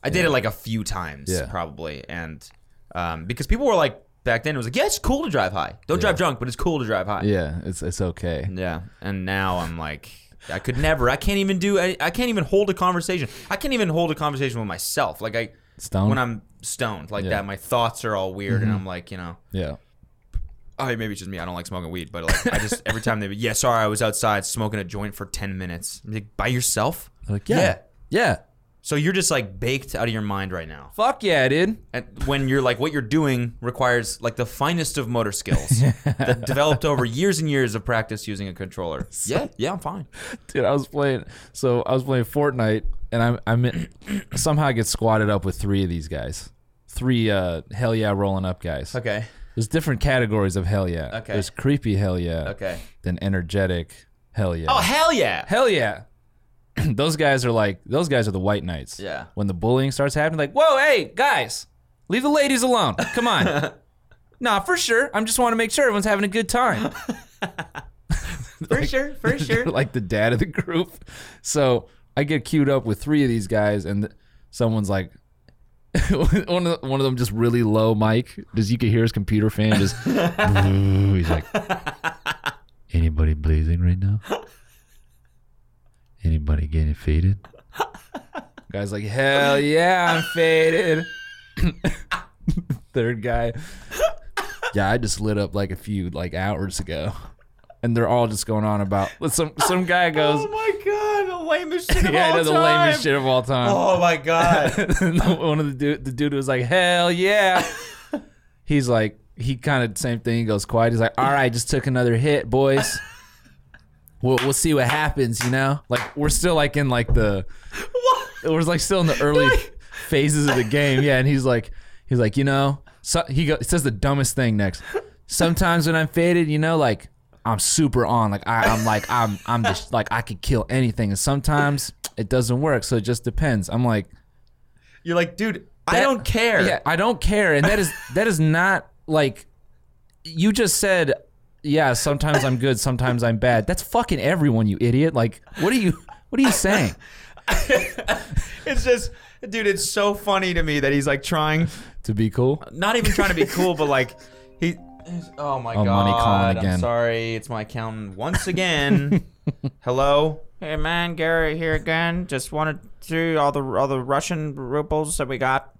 Speaker 1: I did it like a few times
Speaker 3: Yeah.
Speaker 1: probably, and um, because people were like back then it was like yeah, it's cool to drive high. Don't drive drunk, but it's cool to drive high.
Speaker 3: yeah. It's it's okay.
Speaker 1: yeah. And now I'm like I could never. I can't even do. I, I can't even hold a conversation. I can't even hold a conversation with myself. Like I
Speaker 3: Stoned?
Speaker 1: when I'm stoned like
Speaker 3: Yeah. Mm-hmm.
Speaker 1: that. My thoughts are all weird, and I'm like you know.
Speaker 3: Yeah,
Speaker 1: Oh, maybe it's just me. I don't like smoking weed, but like I just every time they be, yeah, sorry, I was outside smoking a joint for ten minutes. I'm like, by yourself?
Speaker 3: They're like yeah, yeah,
Speaker 1: So you're just like baked out of your mind right now.
Speaker 3: Fuck yeah, dude.
Speaker 1: And when you're like, what you're doing requires like the finest of motor skills that developed over years and years of practice using a controller. Yeah, yeah, I'm fine.
Speaker 3: Dude, I was playing. So I was playing Fortnite, and I'm I'm in, somehow I get squatted up with three of these guys, three uh hell yeah rolling up guys.
Speaker 1: Okay.
Speaker 3: There's different categories of hell yeah.
Speaker 1: Okay.
Speaker 3: There's creepy hell yeah.
Speaker 1: Okay.
Speaker 3: Then energetic hell yeah.
Speaker 1: Oh, hell yeah.
Speaker 3: Hell yeah. those guys are like those guys are the white knights.
Speaker 1: Yeah.
Speaker 3: When the bullying starts happening, like, whoa, hey, guys, leave the ladies alone. Come on. nah, for sure. I'm just want to make sure everyone's having a good time.
Speaker 1: For sure, for sure.
Speaker 3: like the dad of the group. So I get queued up with three of these guys, and someone's like, one of the, one of them just really low mic, does you could hear his computer fan just. "Boo." he's like, anybody blazing right now? Anybody getting faded? Guy's like, hell yeah, I'm faded. Third guy, yeah, I just lit up like a few like hours ago and they're all just going on about some some guy goes
Speaker 1: Oh my god, the lamest shit of
Speaker 3: yeah I
Speaker 1: all
Speaker 3: know the
Speaker 1: time.
Speaker 3: lamest shit of all time
Speaker 1: Oh my god.
Speaker 3: one of the dude the dude was like hell yeah he's like he kind of same thing he goes quiet he's like all right just took another hit boys we'll, we'll see what happens you know like we're still like in like the we're like still in the early phases of the game yeah and he's like he's like you know so, he, go, he says the dumbest thing next sometimes when i'm faded you know like i'm super on like I, i'm like i'm i'm just like i could kill anything and sometimes it doesn't work so it just depends i'm like
Speaker 1: You're like, dude, I
Speaker 3: that-
Speaker 1: don't care.
Speaker 3: Yeah, I don't care, and that is that is not like you just said. Yeah, sometimes I'm good, sometimes I'm bad. That's fucking everyone, you idiot. Like, what are you? What are you saying?
Speaker 1: It's just dude, it's so funny to me that he's like trying
Speaker 3: to be cool.
Speaker 1: not even trying to be cool, but like he. he's- Oh my
Speaker 3: Oh,
Speaker 1: god!
Speaker 3: money calling
Speaker 1: I'm
Speaker 3: again.
Speaker 1: sorry, it's my accountant once again. Hello. Hey man, Gary here again. Just wanted to all the all the Russian rubles that we got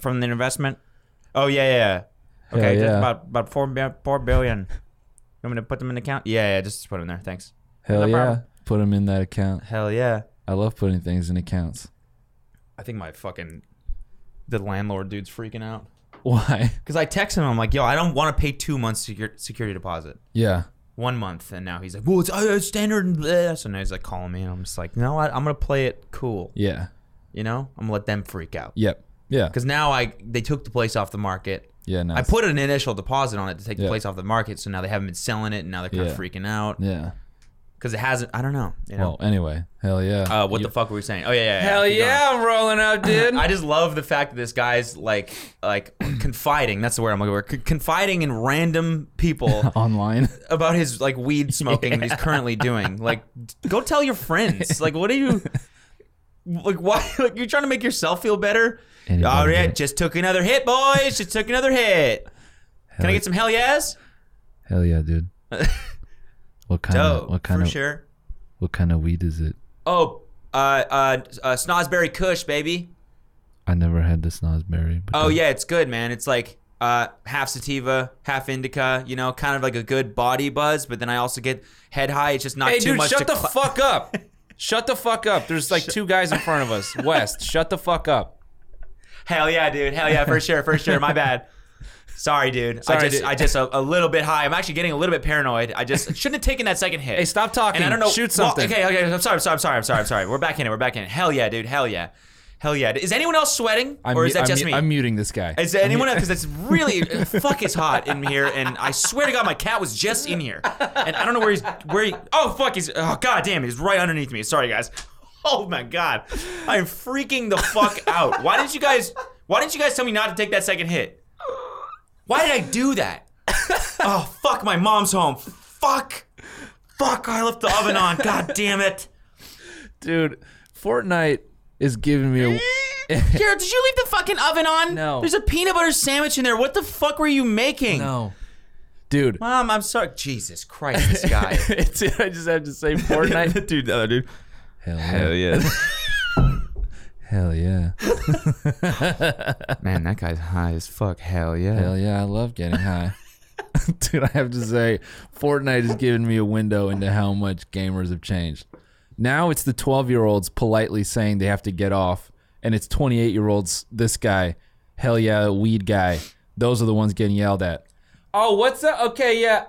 Speaker 1: from the investment. Oh yeah, yeah. yeah. Okay,
Speaker 3: Yeah,
Speaker 1: just
Speaker 3: yeah.
Speaker 1: about about four bi- four billion. You want me to put them in the account? Yeah, yeah. Just put them there. Thanks.
Speaker 3: Hell
Speaker 1: No
Speaker 3: yeah,
Speaker 1: problem.
Speaker 3: put them in that account.
Speaker 1: Hell yeah.
Speaker 3: I love putting things in accounts.
Speaker 1: I think my fucking the landlord dude's freaking out
Speaker 3: Why?
Speaker 1: because I text him. I'm like, yo, I don't want to pay two months secur- security deposit.
Speaker 3: Yeah,
Speaker 1: one month, and now he's like, "Well, it's uh, standard." and Blah. So now he's like calling me, and I'm just like, "You know what? I'm gonna play it cool.
Speaker 3: yeah,
Speaker 1: You know, I'm gonna let them freak out."
Speaker 3: yep, yeah,
Speaker 1: Because now I they took the place off the market.
Speaker 3: yeah. Nice.
Speaker 1: I put an initial deposit on it to take the
Speaker 3: Yeah.
Speaker 1: place off the market, so now they haven't been selling it, and now they're kind
Speaker 3: Yeah.
Speaker 1: of freaking out
Speaker 3: Yeah.
Speaker 1: because it hasn't. I don't know. You know.
Speaker 3: Well, anyway, hell yeah.
Speaker 1: uh, what the fuck were we saying? Oh yeah, yeah. yeah.
Speaker 3: hell
Speaker 1: Keep going.
Speaker 3: yeah, I'm rolling up, dude.
Speaker 1: I just love the fact that this guy's like, like confiding. That's the word I'm looking for. C- confiding in random people
Speaker 3: Online.
Speaker 1: about his like weed smoking that he's currently doing. Like, d- go tell your friends. Like, what are you? Like, why? Like, you're trying to make yourself feel better.
Speaker 3: Anybody
Speaker 1: All right,
Speaker 3: hit.
Speaker 1: just took another hit, boys. Just took another hit. Can I get some hell yes?
Speaker 3: Hell yeah, dude. What kind
Speaker 1: Dope,
Speaker 3: of what kind
Speaker 1: for
Speaker 3: of
Speaker 1: sure.
Speaker 3: what kind of weed is it?
Speaker 1: Oh, uh, uh, uh, Snosberry Kush, baby.
Speaker 3: I never had the snosberry. but
Speaker 1: Oh
Speaker 3: that-
Speaker 1: yeah, it's good, man. It's like uh, half sativa, half indica. You know, kind of like a good body buzz, but then I also get head high. It's just not
Speaker 3: Hey,
Speaker 1: too
Speaker 3: dude,
Speaker 1: much.
Speaker 3: shut
Speaker 1: to
Speaker 3: the
Speaker 1: cl-
Speaker 3: fuck up. Shut the fuck up. There's like two guys in front of us. West, shut the fuck up.
Speaker 1: Hell yeah, dude. Hell yeah, for sure, for sure. My bad. Sorry, dude.
Speaker 3: Sorry,
Speaker 1: I just
Speaker 3: dude.
Speaker 1: I just a, a little bit high. I'm actually getting a little bit paranoid. I just shouldn't have taken that second hit.
Speaker 3: Hey, stop talking.
Speaker 1: And I don't know.
Speaker 3: Shoot
Speaker 1: well,
Speaker 3: something.
Speaker 1: okay, okay. I'm sorry. I'm sorry. I'm sorry. I'm sorry. I'm sorry. We're back in it. We're back in it. Hell yeah, dude. Hell yeah. Hell yeah. Is anyone else sweating,
Speaker 3: I'm,
Speaker 1: or
Speaker 3: mu-
Speaker 1: is that
Speaker 3: I'm
Speaker 1: just
Speaker 3: mu-
Speaker 1: me?
Speaker 3: I'm muting this guy.
Speaker 1: Is there anyone else? Because it's really fuck. It's hot in here, and I swear to God, my cat was just in here, and I don't know where he's where. He, oh fuck, he's oh god damn, he's right underneath me. Sorry guys. Oh my god, I'm freaking the fuck out. Why didn't you guys? Why didn't you guys tell me not to take that second hit? Why did I do that? Oh fuck, my mom's home. Fuck, fuck, I left the oven on. God damn it.
Speaker 3: dude? Fortnite is giving me a
Speaker 1: Jared, did you leave the fucking oven on?
Speaker 3: No.
Speaker 1: There's a peanut butter sandwich in there. What the fuck were you making?
Speaker 3: no, dude.
Speaker 1: Mom, I'm sorry. Jesus Christ, this guy.
Speaker 3: It's- I just have to say Fortnite.
Speaker 1: dude, the other dude.
Speaker 3: Hell yeah. Hell yeah. Hell yeah.
Speaker 1: Man, that guy's high as fuck. Hell yeah.
Speaker 3: Hell yeah. I love getting high. Dude, I have to say, Fortnite has given me a window into how much gamers have changed. Now it's the 12 year olds politely saying they have to get off, and it's 28 year olds, this guy, hell yeah, weed guy. Those are the ones getting yelled at. Oh, what's up? Okay, yeah.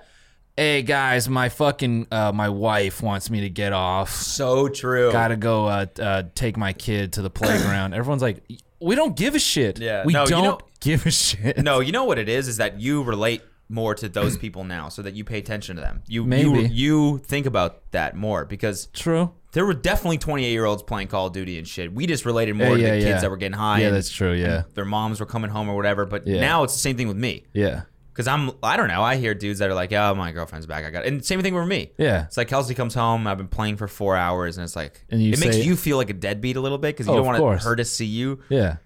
Speaker 3: Hey guys, my fucking uh, my wife wants me to get off.
Speaker 1: So true.
Speaker 3: gotta go uh, uh, take my kid to the playground. Everyone's like, we don't give a shit.
Speaker 1: Yeah,
Speaker 3: we
Speaker 1: no, you
Speaker 3: don't
Speaker 1: know-
Speaker 3: give a shit.
Speaker 1: No, you know what it is? Is that you relate more to those people now so that you pay attention to them. You,
Speaker 3: Maybe.
Speaker 1: you you think about that more because
Speaker 3: true.
Speaker 1: there were definitely 28 year olds playing Call of Duty and shit. We just related more to
Speaker 3: Yeah,
Speaker 1: the
Speaker 3: yeah,
Speaker 1: kids
Speaker 3: yeah.
Speaker 1: that were getting high.
Speaker 3: Yeah,
Speaker 1: and
Speaker 3: that's true, yeah.
Speaker 1: Their moms were coming home or whatever. But
Speaker 3: Yeah.
Speaker 1: now it's the same thing with me.
Speaker 3: Yeah,
Speaker 1: Cause I'm, I don't know. I hear dudes that are like, "Oh, my girlfriend's back. I got," it. and same thing with me.
Speaker 3: Yeah.
Speaker 1: it's like Kelsey comes home. I've been playing for four hours, and it's like,
Speaker 3: And you
Speaker 1: it makes
Speaker 3: say-
Speaker 1: you feel like a deadbeat a little bit because you
Speaker 3: Oh,
Speaker 1: don't want
Speaker 3: of course.
Speaker 1: her to see you
Speaker 3: yeah.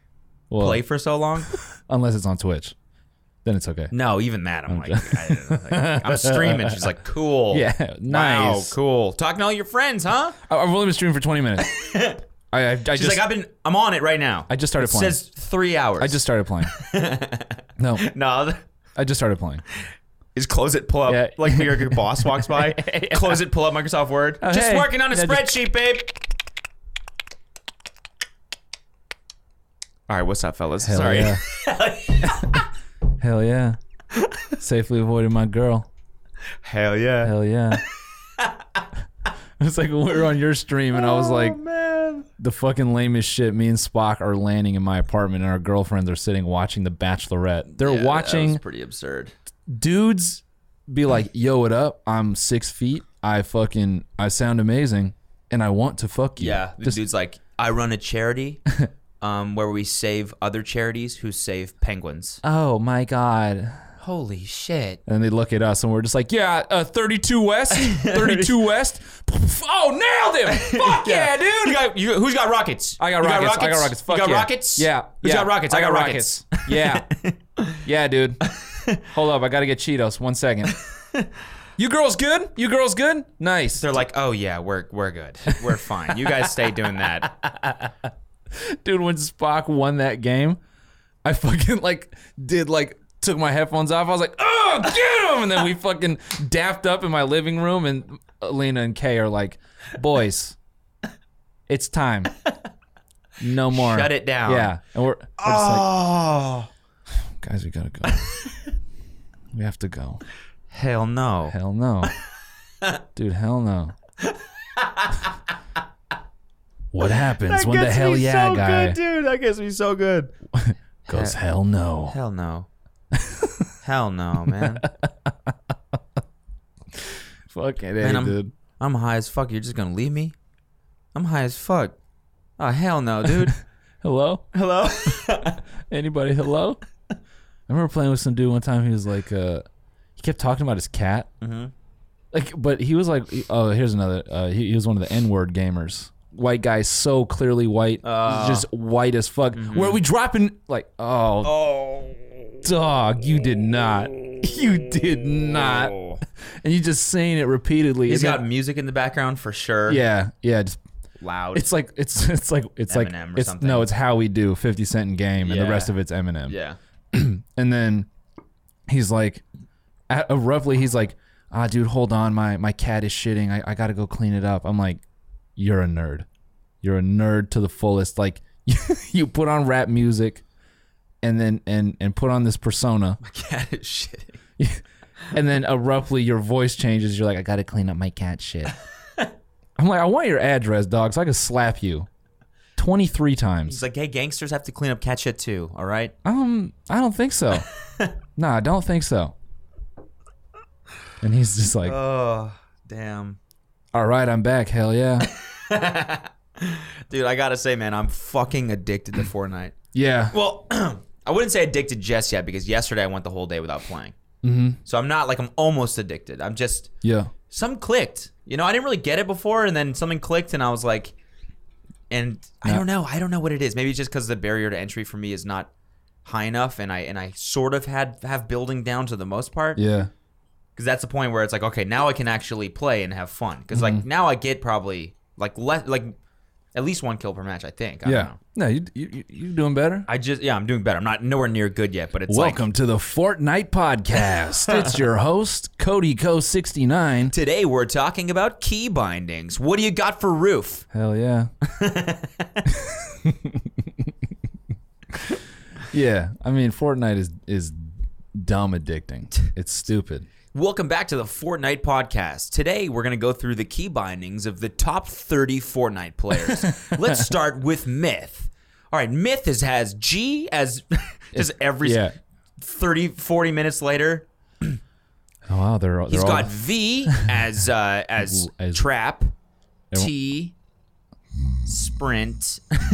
Speaker 3: Well,
Speaker 1: play for so long.
Speaker 3: unless it's on Twitch, then it's okay.
Speaker 1: no, even that, I'm like, I, am streaming. She's like, "Cool,
Speaker 3: Yeah,
Speaker 1: Wow,
Speaker 3: nice.
Speaker 1: cool." Talking to all your friends, huh?
Speaker 3: I- I've only been streaming for 20 minutes. I, I, I
Speaker 1: She's
Speaker 3: just
Speaker 1: like, "I've been, I'm on it right now."
Speaker 3: I just started
Speaker 1: it
Speaker 3: playing.
Speaker 1: Says three hours.
Speaker 3: I just started playing. no,
Speaker 1: no.
Speaker 3: I just started playing.
Speaker 1: Is close it, pull up.
Speaker 3: Yeah.
Speaker 1: Like your your boss walks by. Close it, pull up Microsoft Word. just
Speaker 3: Oh, hey.
Speaker 1: working on a
Speaker 3: Yeah, just-
Speaker 1: spreadsheet, babe. All right, what's up, fellas?
Speaker 3: Hell
Speaker 1: Sorry.
Speaker 3: yeah. Hell yeah. Safely avoided my girl.
Speaker 1: Hell yeah.
Speaker 3: Hell yeah. it's like when we were on your stream, and I was like,
Speaker 1: Oh, man.
Speaker 3: the fucking lamest shit. Me and Spock are landing in my apartment, and our girlfriends are sitting watching The Bachelorette. They're watching
Speaker 1: pretty absurd.
Speaker 3: dudes be like, "Yo, it up? I'm six feet. I fucking I sound amazing, and I want to fuck you."
Speaker 1: Yeah, the
Speaker 3: Just-
Speaker 1: dude's like, I run a charity um, where we save other charities who save penguins.
Speaker 3: oh my god.
Speaker 1: Holy shit.
Speaker 3: And they look at us, and we're just like, "Yeah, uh, 32 West, 32 West. Oh, nailed him! Fuck yeah, dude!
Speaker 1: You got, you, who's got rockets?
Speaker 3: I got
Speaker 1: You
Speaker 3: rockets. I got rockets. Fuck
Speaker 1: you got
Speaker 3: yeah.
Speaker 1: rockets?
Speaker 3: Yeah.
Speaker 1: Who's
Speaker 3: yeah.
Speaker 1: got rockets? I, got, rockets.
Speaker 3: yeah. Yeah, dude. Hold up. I got to get Cheetos. One second. You girls good? You girls good? Nice.
Speaker 1: They're like, oh yeah, we're we're good. We're fine. You guys stay doing that.
Speaker 3: Dude, when Spock won that game, I fucking like did like took my headphones off. I was like, oh, get him. And then we fucking daffed up in my living room. And Elena and Kay are like, boys, it's time. No more.
Speaker 1: Shut it down.
Speaker 3: Yeah. And we're, we're just like,
Speaker 1: Oh
Speaker 3: guys, we gotta go. we have to go.
Speaker 1: hell no.
Speaker 3: Hell no, dude. Hell no. what happens when the hell yeah guy
Speaker 1: dude. That gets me so good.
Speaker 3: goes hell no?
Speaker 1: Hell no. hell no, man.
Speaker 3: Fuck it,
Speaker 1: Man,
Speaker 3: hey,
Speaker 1: I'm-
Speaker 3: dude.
Speaker 1: I'm high as fuck. You're just gonna leave me? I'm high as fuck. Oh hell no, dude.
Speaker 3: Hello,
Speaker 1: Hello?
Speaker 3: anybody? Hello. I remember playing with some dude one time. He was like, uh, he kept talking about his cat.
Speaker 1: Mm-hmm.
Speaker 3: Like, but he was like, oh, here's another. Uh, he, he was one of the N-word gamers. White guy, so clearly white,
Speaker 1: Uh.
Speaker 3: just white as fuck.
Speaker 1: Mm-hmm.
Speaker 3: Where are we dropping? Like, oh, dog, you did not. You did not. And you just saying it repeatedly.
Speaker 1: He's
Speaker 3: And
Speaker 1: got
Speaker 3: then-
Speaker 1: music in the background for sure.
Speaker 3: yeah, yeah. Just,
Speaker 1: Loud.
Speaker 3: it's like it's it's like it's like
Speaker 1: Eminem or
Speaker 3: it's
Speaker 1: something.
Speaker 3: no, it's how we do Fifty Cent in game, and
Speaker 1: Yeah.
Speaker 3: the rest of it's Eminem.
Speaker 1: yeah.
Speaker 3: And then he's like, at, uh, roughly, he's like, ah, dude, hold on, my my cat is shitting. I, I gotta go clean it up. I'm like, you're a nerd. You're a nerd to the fullest. Like, you put on rap music, and then and and put on this persona
Speaker 1: Cat is shitty.
Speaker 3: and then abruptly your voice changes. You're like, I gotta clean up my cat shit. I'm like, I want your address, dog, so I can slap you 23 times.
Speaker 1: It's like, hey, gangsters have to clean up cat shit too. All right.
Speaker 3: Um, I don't think so. nah, I don't think so. And he's just like,
Speaker 1: Oh, damn.
Speaker 3: all right, I'm back. Hell yeah.
Speaker 1: Dude, I gotta say, man, I'm fucking addicted to Fortnite.
Speaker 3: Yeah.
Speaker 1: Well, I wouldn't say addicted just yet because yesterday I went the whole day without playing. Mm-hmm. So I'm not like I'm almost addicted. I'm just
Speaker 3: Yeah.
Speaker 1: some clicked. You know, I didn't really get it before, and then something clicked, and I was like, and I don't know, I don't know what it is. Maybe it's just because the barrier to entry for me is not high enough, and I and I sort of had have building down to the most part.
Speaker 3: Yeah.
Speaker 1: because that's the point where it's like okay now i can actually play and have fun because like
Speaker 3: Mm-hmm.
Speaker 1: now i get probably like less like at least one kill per match i think I don't
Speaker 3: Yeah.
Speaker 1: know.
Speaker 3: No, you, you, you're doing better.
Speaker 1: i just yeah i'm doing better i'm not nowhere near good yet but it's
Speaker 3: Welcome
Speaker 1: like
Speaker 3: to the Fortnite podcast. it's your host, Cody Co69.
Speaker 1: today we're talking about key bindings what do you got for roof
Speaker 3: Hell yeah. yeah, I mean Fortnite is is dumb addicting. It's stupid.
Speaker 1: welcome back to the fortnite podcast today we're going to go through the key bindings of the top 30 fortnite players let's start with myth all right myth is has g as just every
Speaker 3: Yeah.
Speaker 1: 30 40 minutes later
Speaker 3: Oh wow, they're, all- they're
Speaker 1: He's
Speaker 3: all
Speaker 1: got V as uh, as,
Speaker 3: Ooh, as-
Speaker 1: trap, T, sprint.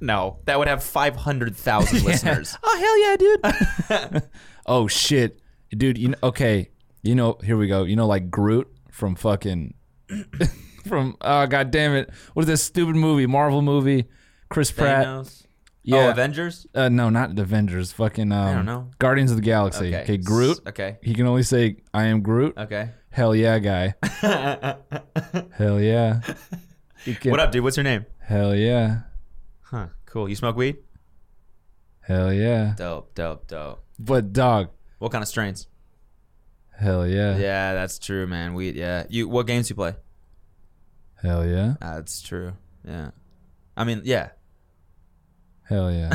Speaker 1: no, that would have five hundred thousand listeners.
Speaker 3: Oh hell yeah, dude. oh shit. Dude, you know, okay, you know, here we go. You know like Groot from fucking from oh god damn it. What is this stupid movie, Marvel movie? Chris Pratt.
Speaker 1: Thanos.
Speaker 3: Yeah.
Speaker 1: Oh, Avengers.
Speaker 3: Uh, no, not the Avengers. Fucking um,
Speaker 1: don't know.
Speaker 3: Guardians of the Galaxy. Okay,
Speaker 1: Okay.
Speaker 3: Groot.
Speaker 1: S- okay.
Speaker 3: He can only say I am Groot.
Speaker 1: Okay.
Speaker 3: Hell yeah, guy. Hell yeah. You can-
Speaker 1: What up, dude? What's your name?
Speaker 3: Hell yeah.
Speaker 1: Huh. Cool. You smoke weed?
Speaker 3: Hell yeah.
Speaker 1: Dope. Dope. Dope.
Speaker 3: But dog.
Speaker 1: What kind of strains?
Speaker 3: Hell yeah.
Speaker 1: Yeah, that's true, man. Weed. Yeah. You. What games you play?
Speaker 3: Hell yeah.
Speaker 1: That's true. Yeah. I mean, yeah.
Speaker 3: Hell yeah.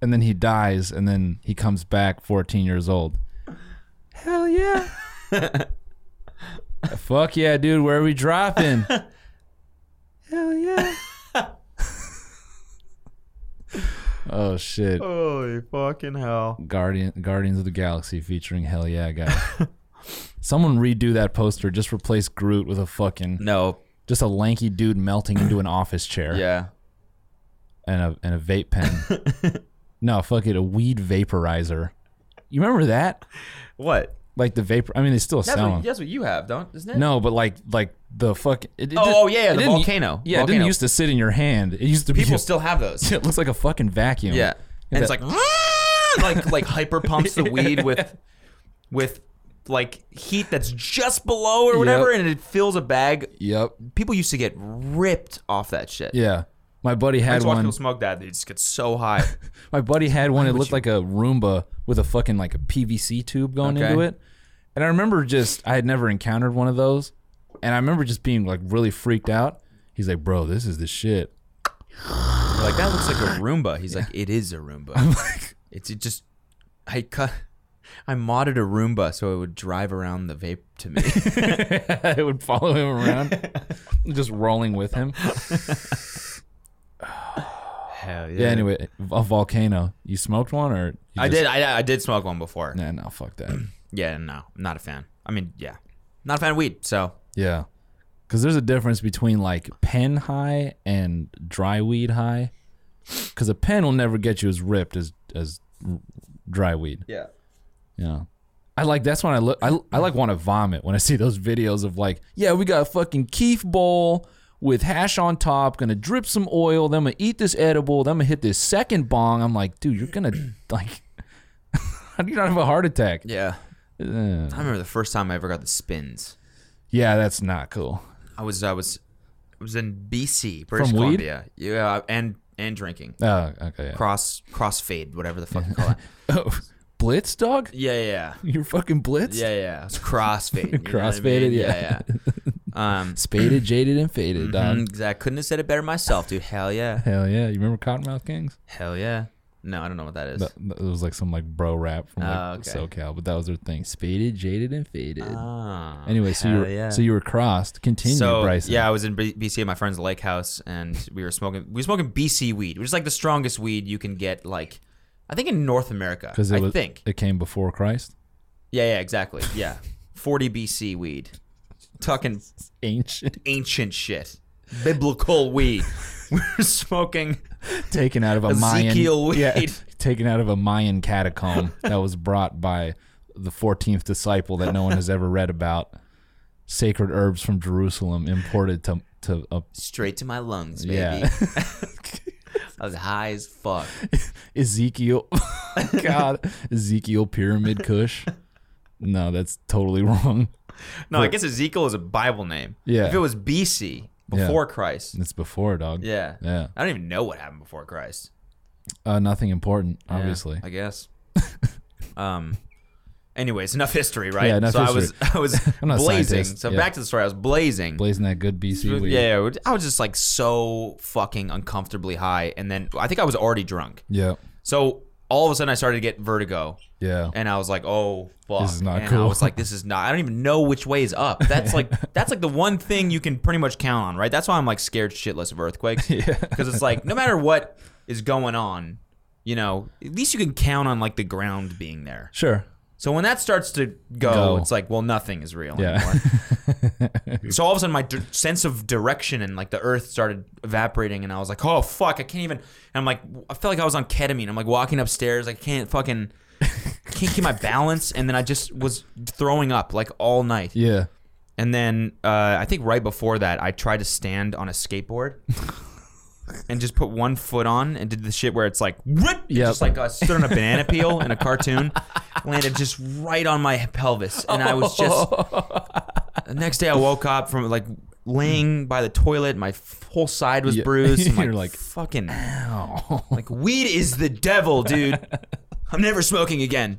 Speaker 3: and then he dies, and then he comes back 14 years old. Hell yeah. Fuck yeah, dude. Where are we dropping? Hell yeah. oh shit.
Speaker 1: Holy fucking hell.
Speaker 3: Guardian Guardians of the Galaxy featuring Hell Yeah guy. Someone redo that poster. Just replace Groot with a fucking
Speaker 1: No.
Speaker 3: just a lanky dude melting into an office chair
Speaker 1: Yeah.
Speaker 3: and a and a vape pen. no, fuck it, a weed vaporizer. You remember that?
Speaker 1: What?
Speaker 3: Like the vapor. I mean, they still
Speaker 1: That's
Speaker 3: sell
Speaker 1: what,
Speaker 3: them.
Speaker 1: that's what you have, don't isn't it?
Speaker 3: No, but like like the fuck. It, it
Speaker 1: Oh,
Speaker 3: did-
Speaker 1: oh, yeah,
Speaker 3: it
Speaker 1: the
Speaker 3: didn't-
Speaker 1: volcano.
Speaker 3: Yeah, it
Speaker 1: Volcano.
Speaker 3: didn't used to sit in your hand. It used to be.
Speaker 1: people still have those.
Speaker 3: It looks like a fucking vacuum.
Speaker 1: Yeah, and it's
Speaker 3: that-
Speaker 1: like "Mm," like like hyper pumps the weed with with like heat that's just below or whatever,
Speaker 3: Yep.
Speaker 1: and it fills a bag.
Speaker 3: Yep.
Speaker 1: People used to get ripped off that shit.
Speaker 3: Yeah. My buddy
Speaker 1: I
Speaker 3: had
Speaker 1: just watch
Speaker 3: one.
Speaker 1: people smoke that; they just get so high.
Speaker 3: My buddy had one. It looked like a Roomba with a fucking like a PVC tube going
Speaker 1: Okay.
Speaker 3: into it. And I remember just I had never encountered one of those, and I remember just being like really freaked out. He's like, "Bro, this is the shit."
Speaker 1: They're like that looks like a Roomba. He's like, it is a Roomba.
Speaker 3: Like,
Speaker 1: It's it just I cut. I modded a Roomba so it would drive around the vape to me.
Speaker 3: it would follow him around, just rolling with him.
Speaker 1: Hell
Speaker 3: Yeah. Anyway, a volcano. You smoked one or? You
Speaker 1: I
Speaker 3: just-
Speaker 1: did. I, I did smoke one before.
Speaker 3: Nah, no, fuck that.
Speaker 1: Yeah, no, not a fan. I mean, yeah, not a fan of weed. So
Speaker 3: yeah, because there's a difference between like pen high and dry weed high. Because a pen will never get you as ripped as as r- dry weed.
Speaker 1: yeah,
Speaker 3: Yeah. I like that's when I look I, I like want to vomit when I see those videos of like, yeah, we got a fucking keef bowl with hash on top, gonna drip some oil, then I'm gonna eat this edible, then I'm gonna hit this second bong. I'm like, dude, you're gonna like how do you not have a heart attack?
Speaker 1: yeah.
Speaker 3: Yeah,
Speaker 1: I remember the first time I ever got the spins.
Speaker 3: yeah that's not cool.
Speaker 1: I was I was I was in BC, British
Speaker 3: From weed?
Speaker 1: Columbia. Yeah, and and drinking
Speaker 3: Oh, okay. yeah.
Speaker 1: cross crossfade, whatever the fuck you call it.
Speaker 3: Oh, blitz dog?
Speaker 1: Yeah, yeah,
Speaker 3: You're fucking blitz?
Speaker 1: yeah, yeah. It's crossfade. you know what I
Speaker 3: Crossfaded,
Speaker 1: mean? yeah.
Speaker 3: yeah.
Speaker 1: Um,
Speaker 3: Spaded, jaded, and faded, dog.
Speaker 1: mm, I couldn't have said it better myself, dude. Hell yeah.
Speaker 3: Hell yeah. You remember Cottonmouth Kings?
Speaker 1: Hell yeah. No, I don't know what that is.
Speaker 3: That, that- it was like some like bro rap from like
Speaker 1: Oh, okay.
Speaker 3: SoCal, but that was their thing. Spaded, jaded, and faded.
Speaker 1: Ah,
Speaker 3: anyway, so you
Speaker 1: hell
Speaker 3: were,
Speaker 1: yeah.
Speaker 3: so you were crossed. Continue,
Speaker 1: so
Speaker 3: Bryson.
Speaker 1: yeah, I was in B- BC at my friend's lake house, and we were smoking. We were smoking BC weed, which is like the strongest weed you can get. Like, I think in North America.
Speaker 3: because it
Speaker 1: I
Speaker 3: was
Speaker 1: think.
Speaker 3: it came before Christ.
Speaker 1: Yeah, yeah, exactly. Yeah, 40 BC weed, tucking
Speaker 3: Ancient,
Speaker 1: ancient shit, biblical weed. We were smoking.
Speaker 3: taken out of a
Speaker 1: Ezekiel
Speaker 3: Mayan, yeah,
Speaker 1: Wade.
Speaker 3: taken out of a Mayan catacomb that was brought by the 14th disciple that no one has ever read about. Sacred herbs from Jerusalem imported to to a,
Speaker 1: straight to my lungs, baby.
Speaker 3: yeah.
Speaker 1: I was high as fuck.
Speaker 3: Ezekiel, God, Ezekiel pyramid Kush. No, that's totally wrong.
Speaker 1: No, I guess Ezekiel is a Bible name.
Speaker 3: Yeah.
Speaker 1: If it was BC, before Christ.
Speaker 3: It's before dog.
Speaker 1: Yeah.
Speaker 3: yeah.
Speaker 1: I don't even know what happened before Christ.
Speaker 3: Uh, nothing important,
Speaker 1: Yeah,
Speaker 3: obviously.
Speaker 1: I guess. um. Anyways, enough history, right?
Speaker 3: Yeah, enough
Speaker 1: so
Speaker 3: history.
Speaker 1: I was I
Speaker 3: I'm not a
Speaker 1: was blazing.
Speaker 3: scientist,
Speaker 1: So
Speaker 3: yeah.
Speaker 1: back to the story. I was blazing.
Speaker 3: Blazing that good BC weed.
Speaker 1: Yeah, yeah, I was just like so fucking uncomfortably high, and then I think I was already drunk.
Speaker 3: Yeah.
Speaker 1: So all of a sudden, I started to get vertigo.
Speaker 3: Yeah.
Speaker 1: and I was like, "Oh fuck!"
Speaker 3: This is not
Speaker 1: and I
Speaker 3: cool.
Speaker 1: was like, "This is not." I don't even know which way is up. That's like that's like the one thing you can pretty much count on, right? That's why I'm like scared shitless of earthquakes because it's like no matter what is going on, you know, at least you can count on like the ground being there.
Speaker 3: Sure.
Speaker 1: So when that starts to go,
Speaker 3: Go.
Speaker 1: it's like, well, nothing is real
Speaker 3: Yeah.
Speaker 1: anymore. so all of a sudden, my d- sense of direction and like the earth started evaporating, and I was like, oh fuck, I can't even. And I'm like, I felt like I was on ketamine. I'm like walking upstairs, I can't fucking, can't keep my balance, and then I just was throwing up like all night.
Speaker 3: Yeah.
Speaker 1: And then uh, I think right before that, I tried to stand on a skateboard. And just put one foot on and did the shit where it's like, what?
Speaker 3: Yep.
Speaker 1: Just like I stood on a banana peel in a cartoon, landed just right on my pelvis. And I was just. The next day I woke up from like laying by the toilet. My f- whole side was
Speaker 3: Yeah.
Speaker 1: bruised. I'm
Speaker 3: You're like,
Speaker 1: fucking. Like, weed is the devil, dude. I'm never smoking again.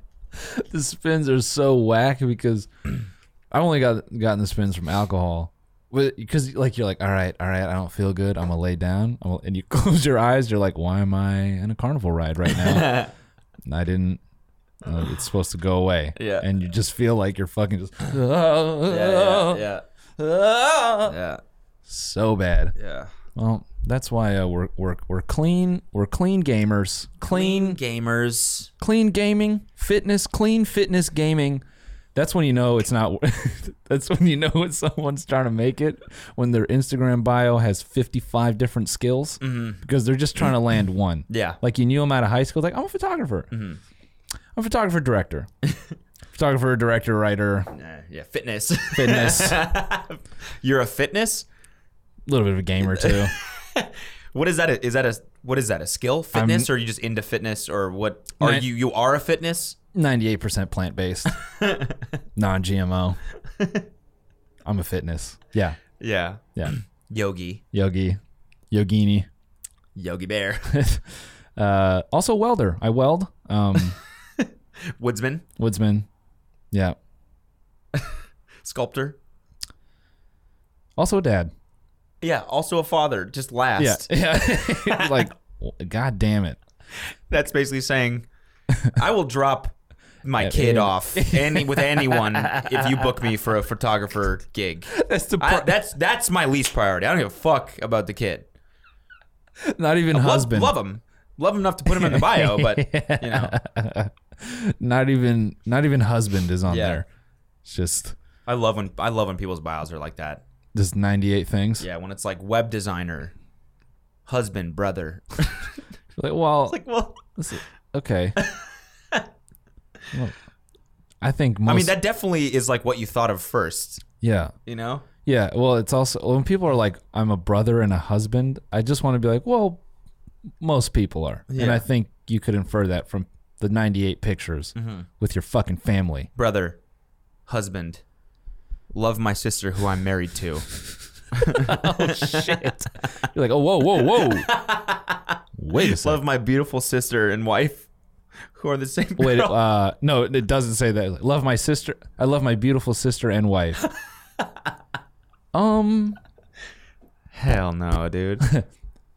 Speaker 3: the spins are so whack because I've only got gotten the spins from alcohol. Because like you're like, all right, all right, I don't feel good. I'm gonna lay down. I'm gonna, and you close your eyes. You're like, why am I in a carnival ride right now? and I didn't. uh, it's supposed to go away.
Speaker 1: Yeah.
Speaker 3: And you just feel like you're fucking just Uh.
Speaker 1: yeah. Yeah.
Speaker 3: so bad.
Speaker 1: Yeah.
Speaker 3: Well, that's why uh, we're we're we're clean. We're clean gamers. Clean
Speaker 1: gamers.
Speaker 3: clean gaming, fitness, clean fitness gaming. That's when you know it's not. that's when you know when someone's trying to make it when their Instagram bio has 55 different skills because they're just trying to land one.
Speaker 1: Yeah.
Speaker 3: Like you knew them out of high school. Like I'm a photographer. I'm a photographer director. photographer director writer.
Speaker 1: Uh, yeah, fitness. A
Speaker 3: Fitness. A
Speaker 1: You're a fitness?
Speaker 3: little bit of a gamer too.
Speaker 1: What is that? A, is that a what is that? A skill? Fitness or are you just into fitness or what are
Speaker 3: Nah.
Speaker 1: you you are a fitness?
Speaker 3: 98% plant based. Non-GMO. I'm a fitness. Yeah.
Speaker 1: Yeah.
Speaker 3: Yeah.
Speaker 1: Yogi.
Speaker 3: Yogi. Yogini.
Speaker 1: Yogi Bear.
Speaker 3: Uh, also welder. I weld. Um,
Speaker 1: Woodsman.
Speaker 3: woodsman. Yeah.
Speaker 1: Sculptor.
Speaker 3: Also a dad.
Speaker 1: Yeah, also a father. Just last.
Speaker 3: Yeah. Yeah. like, w- god damn it.
Speaker 1: That's basically saying I will drop my kid
Speaker 3: yeah.
Speaker 1: off any with anyone if you book me for a photographer gig.
Speaker 3: That's the
Speaker 1: I, that's that's my least priority. I don't give a fuck about the kid.
Speaker 3: not even
Speaker 1: Love-
Speaker 3: husband.
Speaker 1: Love, him. Love him enough to put him in the bio, but you know,
Speaker 3: Not even not even husband is on
Speaker 1: Yeah.
Speaker 3: there. It's just
Speaker 1: I love when I love when people's bios are like that.
Speaker 3: just 98 things.
Speaker 1: Yeah, when it's like web designer, husband, brother.
Speaker 3: Like, well,
Speaker 1: well,
Speaker 3: okay. Well, I think most
Speaker 1: I mean, that definitely is like what you thought of first.
Speaker 3: yeah.
Speaker 1: You know?
Speaker 3: Yeah, well, it's also when people are like, "I'm a brother and a husband." I just want to be like, "Well, most people are," and
Speaker 1: Yeah.
Speaker 3: I think you could infer that from the 98 pictures with your fucking family.
Speaker 1: Brother, husband, love my sister who I'm married to.
Speaker 3: You're like, "Oh, whoa, whoa, whoa!" Wait a second.
Speaker 1: love my beautiful sister and wife who are the same
Speaker 3: Wait,
Speaker 1: girl.
Speaker 3: uh, no, it doesn't say that. Love my sister. I love my beautiful sister and wife. Um,
Speaker 1: Hell no, dude.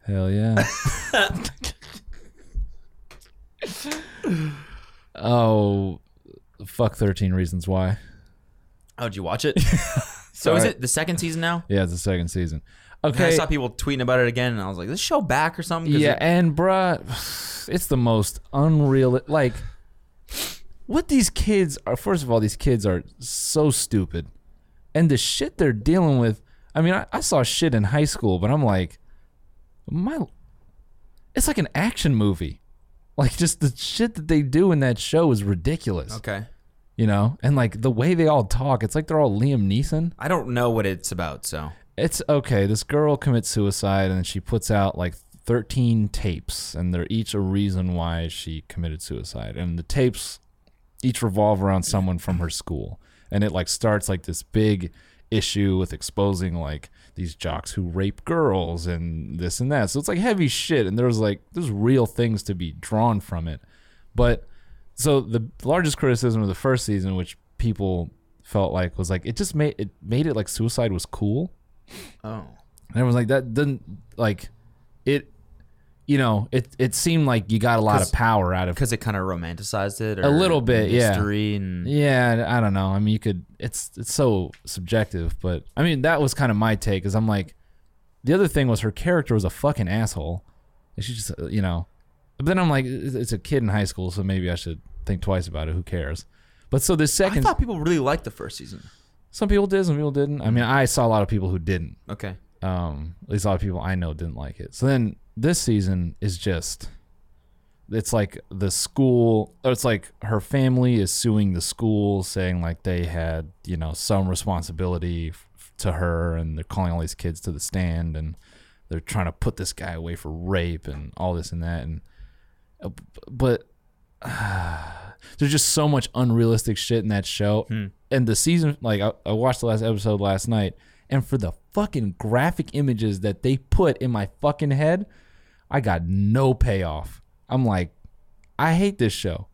Speaker 3: hell yeah. oh, fuck 13 Reasons Why.
Speaker 1: oh, did you watch it? so is
Speaker 3: Alright.
Speaker 1: it the second season now?
Speaker 3: Yeah, it's the second season.
Speaker 1: I
Speaker 3: Okay.
Speaker 1: saw people tweeting about it again, and I was like, "This show back or something?" 'Cause
Speaker 3: Yeah,
Speaker 1: it-
Speaker 3: and bruh, it's the most unreal. Like, what these kids are. First of all, these kids are so stupid, and the shit they're dealing with. I mean, I, I saw shit in high school, but I'm like, my. It's like an action movie. Like, just the shit that they do in that show is ridiculous.
Speaker 1: okay.
Speaker 3: You know, and like the way they all talk, it's like they're all Liam Neeson
Speaker 1: I don't know what it's about, so
Speaker 3: it's okay. This girl commits suicide and she puts out like 13 tapes, and they're each a reason why she committed suicide. And the tapes each revolve around someone from her school. And it like starts like this big issue with exposing like these jocks who rape girls and this and that. So it's like heavy shit. And there's like, there's real things to be drawn from it. But so the largest criticism of the first season, which people felt like was like, it just made it made it like suicide was cool. And everyone's like, that doesn't like it. You know, it it seemed like you got a lot of
Speaker 1: 'Cause-
Speaker 3: power out of.
Speaker 1: because it kind of romanticized it or
Speaker 3: A little bit, yeah.
Speaker 1: history and
Speaker 3: Yeah, I don't know. I mean, you could. It's it's so subjective, but I mean, that was kind of my take. Is I'm like, the other thing was her character was a fucking asshole. And she just, uh, you know. But then I'm like, it's it's a kid in high school, so maybe I should think twice about it. Who cares? But so the
Speaker 1: I
Speaker 3: second,
Speaker 1: thought people really liked the first season.
Speaker 3: some people did, some people didn't. I mean, I saw a lot of people who didn't.
Speaker 1: Okay.
Speaker 3: um, at least a lot of people I know didn't like it. So then this season is just, it's like the school, or it's like her family is suing the school, saying like they had, you know, some responsibility f- to her, and they're calling all these kids to the stand, and they're trying to put this guy away for rape and all this and that, and uh, b- but. there's just so much unrealistic shit in that show. And the season, like I, I watched the last episode last night, and for the fucking graphic images that they put in my fucking head, I got no payoff. I'm like, I hate this show.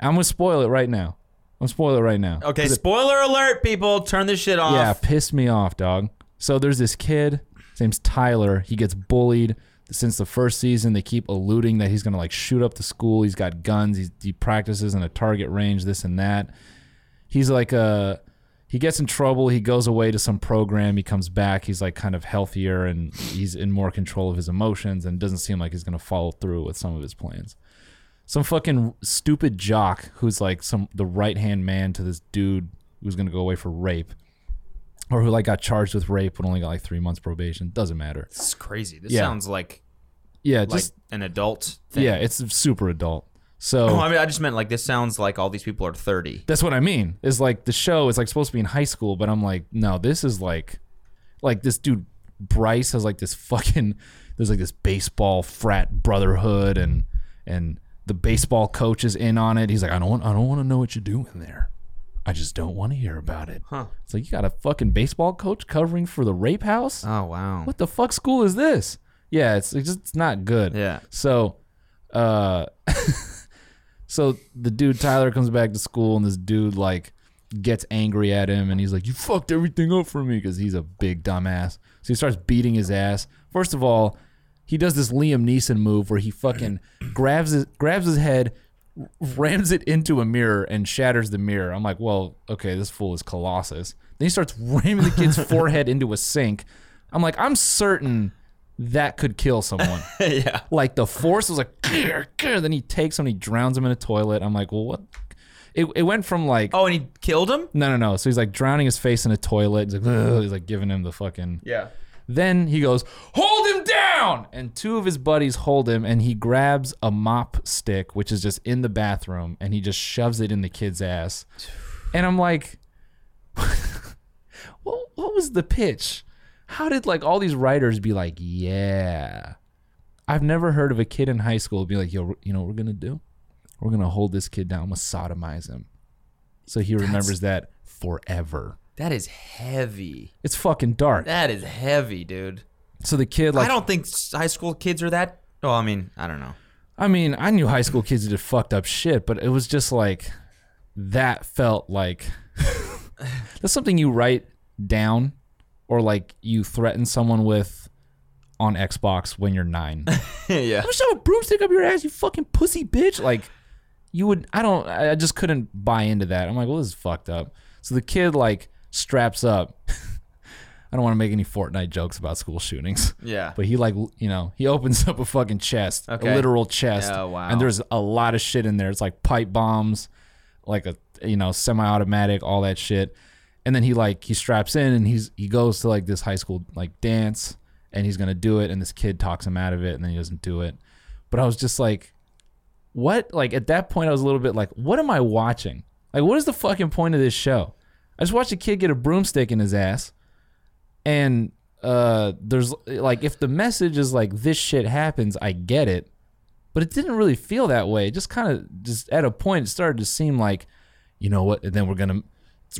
Speaker 3: I'm gonna spoil it right now. I'm gonna spoil it right now.
Speaker 1: Okay. Spoiler alert, people! Turn this shit off.
Speaker 3: Yeah, pissed me off, dog. So there's this kid, his name's Tyler. He gets bullied since the first season. They keep alluding that he's gonna like shoot up the school. He's got guns. He's, he practices in a target range. This and that. He's like a. He gets in trouble. He goes away to some program. He comes back. He's like kind of healthier and he's in more control of his emotions and doesn't seem like he's gonna follow through with some of his plans some fucking stupid jock who's like some the right hand man to this dude who's gonna go away for rape, or who like got charged with rape but only got like three months probation. Doesn't matter.
Speaker 1: This is crazy. This
Speaker 3: Yeah.
Speaker 1: sounds like
Speaker 3: Yeah,
Speaker 1: like
Speaker 3: just
Speaker 1: an adult thing.
Speaker 3: yeah, it's super adult. So
Speaker 1: Oh, I mean, I just meant like this sounds like all these people are thirty.
Speaker 3: that's what I mean. Is like the show is like supposed to be in high school, but I'm like, no, this is like, like this dude Bryce has like this fucking there's like this baseball frat brotherhood and and the baseball coach is in on it. He's like, I don't want, I don't want to know what you're doing there. I just don't want to hear about it. Huh. It's like you got a fucking baseball coach covering for the rape house
Speaker 1: Oh wow.
Speaker 3: what the fuck school is this? Yeah, it's, it's just it's not good.
Speaker 1: Yeah.
Speaker 3: So, uh, so the dude Tyler comes back to school and this dude like gets angry at him and he's like, "You fucked everything up for me," because he's a big dumbass. So he starts beating his ass. First of all, he does this Liam Neeson move where he fucking grabs his, grabs his head, rams it into a mirror and shatters the mirror. I'm like, well, okay, this fool is Colossus. Then he starts ramming the kid's forehead into a sink. I'm like, I'm certain that could kill someone. yeah. Like the force was like, "Grr, grr," then he takes him and he drowns him in a toilet. I'm like, well, what? It, it went from like,
Speaker 1: Oh, and he killed him.
Speaker 3: no, no, no. So he's like drowning his face in a toilet. He's like, "Ugh," he's like giving him the fucking.
Speaker 1: Yeah.
Speaker 3: Then he goes, Hold him down! And two of his buddies hold him, and he grabs a mop stick, which is just in the bathroom, and he just shoves it in the kid's ass. And I'm like, what, what was the pitch? How did like all these writers be like, Yeah. I've never heard of a kid in high school be like, Yo, you know what we're going to do? We're going to hold this kid down. I'm going to sodomize him. So he remembers that forever.
Speaker 1: That is heavy.
Speaker 3: It's fucking dark.
Speaker 1: That is heavy, dude.
Speaker 3: So the kid, like,
Speaker 1: I don't think s- high school kids are that. Well, I mean, I don't know.
Speaker 3: I mean, I knew high school kids that did fucked up shit, but it was just like that felt like that's something you write down or like you threaten someone with on Xbox when you're nine. I'm
Speaker 1: yeah.
Speaker 3: gonna shove a broomstick up your ass, you fucking pussy bitch. Like you would, I don't, I I just couldn't buy into that. I'm like, well, this is fucked up. So the kid like straps up. I don't want to make any Fortnite jokes about school shootings.
Speaker 1: Yeah.
Speaker 3: But he like, l- you know, he opens up a fucking chest,
Speaker 1: Okay.
Speaker 3: a literal chest.
Speaker 1: Oh, wow.
Speaker 3: And there's a lot of shit in there. It's like pipe bombs, like a you know semi-automatic, all that shit. And then he like he straps in and he's he goes to like this high school like dance and he's gonna do it and this kid talks him out of it and then he doesn't do it. But I was just like, what? Like at that point, I was a little bit like, what am I watching? Like, what is the fucking point of this show? I just watched a kid get a broomstick in his ass and uh there's like if the message is like this shit happens i get it but it didn't really feel that way it just kind of just at a point it started to seem like you know what and then we're gonna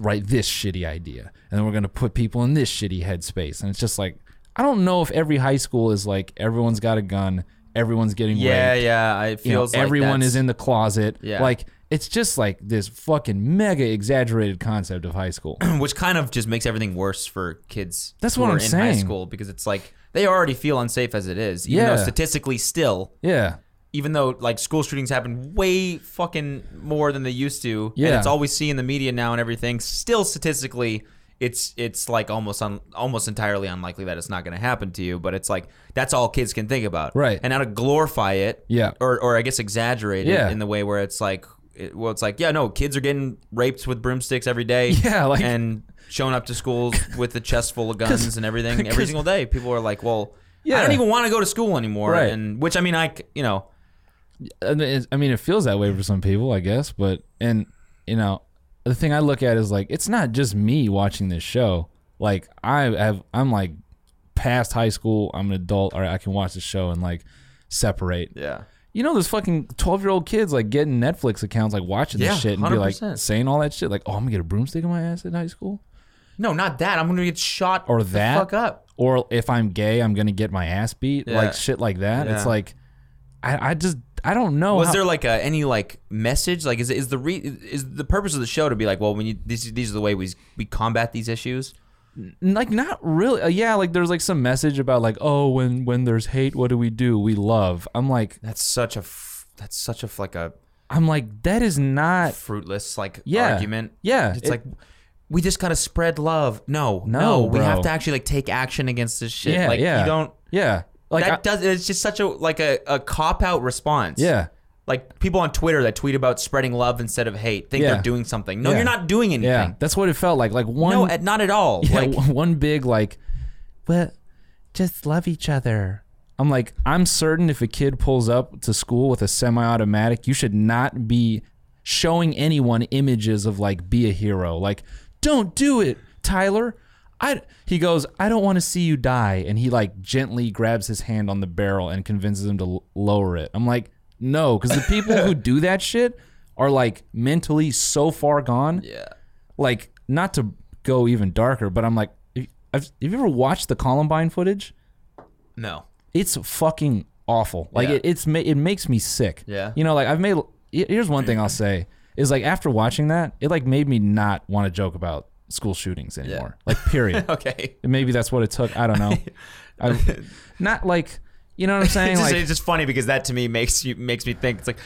Speaker 3: write this shitty idea and then we're gonna put people in this shitty headspace and it's just like i don't know if every high school is like everyone's got a gun everyone's getting
Speaker 1: Yeah,
Speaker 3: raped
Speaker 1: yeah. I
Speaker 3: you know,
Speaker 1: feels like
Speaker 3: everyone
Speaker 1: that's-
Speaker 3: is in the closet
Speaker 1: Yeah.
Speaker 3: like it's just like this fucking mega exaggerated concept of high school
Speaker 1: which kind of just makes everything worse for kids.
Speaker 3: That's
Speaker 1: who
Speaker 3: what
Speaker 1: are
Speaker 3: I'm
Speaker 1: in High
Speaker 3: saying.
Speaker 1: school because it's like they already feel unsafe as it is. Even though
Speaker 3: Yeah.
Speaker 1: statistically, still,
Speaker 3: yeah
Speaker 1: even though like school shootings happen way fucking more than they used to, and
Speaker 3: Yeah.
Speaker 1: it's all we see in the media now and everything. Still, statistically, it's it's like almost un, almost entirely unlikely that it's not going to happen to you. But it's like that's all kids can think about,
Speaker 3: Right.
Speaker 1: And how to glorify it,
Speaker 3: Yeah.
Speaker 1: or or I guess exaggerate
Speaker 3: Yeah.
Speaker 1: it in the way where it's like. It, well, it's like, yeah, no, kids are getting raped with broomsticks every day.
Speaker 3: Yeah, like-
Speaker 1: and showing up to schools with a chest full of guns and everything every
Speaker 3: 'cause-
Speaker 1: single day. People are like, well, I
Speaker 3: Yeah.
Speaker 1: don't even want to go to school anymore.
Speaker 3: Right.
Speaker 1: And which I mean, I c- you know,
Speaker 3: I mean, it's- I mean, it feels that way for some people, I guess. But and you know, the thing I look at is like it's not just me watching this show. Like I have, I'm like past high school. I'm an adult. All right, I can watch the show and like separate.
Speaker 1: yeah,
Speaker 3: You know, there's fucking twelve year old kids like getting Netflix accounts, like watching
Speaker 1: Yeah,
Speaker 3: this shit and be like
Speaker 1: 100%.
Speaker 3: saying all that shit, like, "Oh, I'm gonna get a broomstick in my ass in high school,"
Speaker 1: No, not that. I'm gonna get shot
Speaker 3: or
Speaker 1: the
Speaker 3: that,
Speaker 1: fuck up.
Speaker 3: or if I'm gay, I'm gonna get my ass beat,
Speaker 1: Yeah.
Speaker 3: like shit like that.
Speaker 1: Yeah.
Speaker 3: It's like, I, I just, I don't know.
Speaker 1: Was
Speaker 3: how-
Speaker 1: there like a, any like message? Like, is is the re- is the purpose of the show to be like, well, when you these these are the way we we combat these issues?
Speaker 3: like not really uh, yeah like there's like some message about like oh when when there's hate what do we do we love i'm like
Speaker 1: That's such a f- that's such a f- like a
Speaker 3: i'm like that is not
Speaker 1: fruitless like
Speaker 3: Yeah.
Speaker 1: argument.
Speaker 3: Yeah.
Speaker 1: it's
Speaker 3: It-
Speaker 1: like we just gotta spread love. No, no,
Speaker 3: No,
Speaker 1: we have
Speaker 3: bro.
Speaker 1: to actually like take action against this shit.
Speaker 3: yeah
Speaker 1: like
Speaker 3: yeah
Speaker 1: you don't.
Speaker 3: yeah like
Speaker 1: that
Speaker 3: I-
Speaker 1: does. It's just such a like a, a cop out response.
Speaker 3: yeah
Speaker 1: Like people on Twitter that tweet about spreading love instead of hate think
Speaker 3: Yeah.
Speaker 1: they're doing something. No,
Speaker 3: Yeah.
Speaker 1: you're not doing anything.
Speaker 3: yeah that's what it felt like like one
Speaker 1: no, at, not at all.
Speaker 3: yeah,
Speaker 1: like
Speaker 3: one- one big like well just love each other i'm like i'm certain if a kid pulls up to school with a semi-automatic you should not be showing anyone images of like be a hero like don't do it tyler I, he goes i don't want to see you die and he like gently grabs his hand on the barrel and convinces him to l- lower it i'm like no because the people who do that shit are like mentally so far gone
Speaker 1: yeah.
Speaker 3: like not to go even darker, but I'm like, have have you ever watched the Columbine footage?
Speaker 1: No.
Speaker 3: It's fucking awful. Like
Speaker 1: Yeah.
Speaker 3: it, it's ma- it makes me sick.
Speaker 1: Yeah.
Speaker 3: You know, like I've made. Here's one thing I'll say is like after watching that, it like made me not want to joke about school shootings anymore. Like period.
Speaker 1: Okay.
Speaker 3: Maybe that's what it took. I don't know. I, not like you know what I'm saying.
Speaker 1: It's just,
Speaker 3: like
Speaker 1: it's just funny because that to me makes you makes me think it's like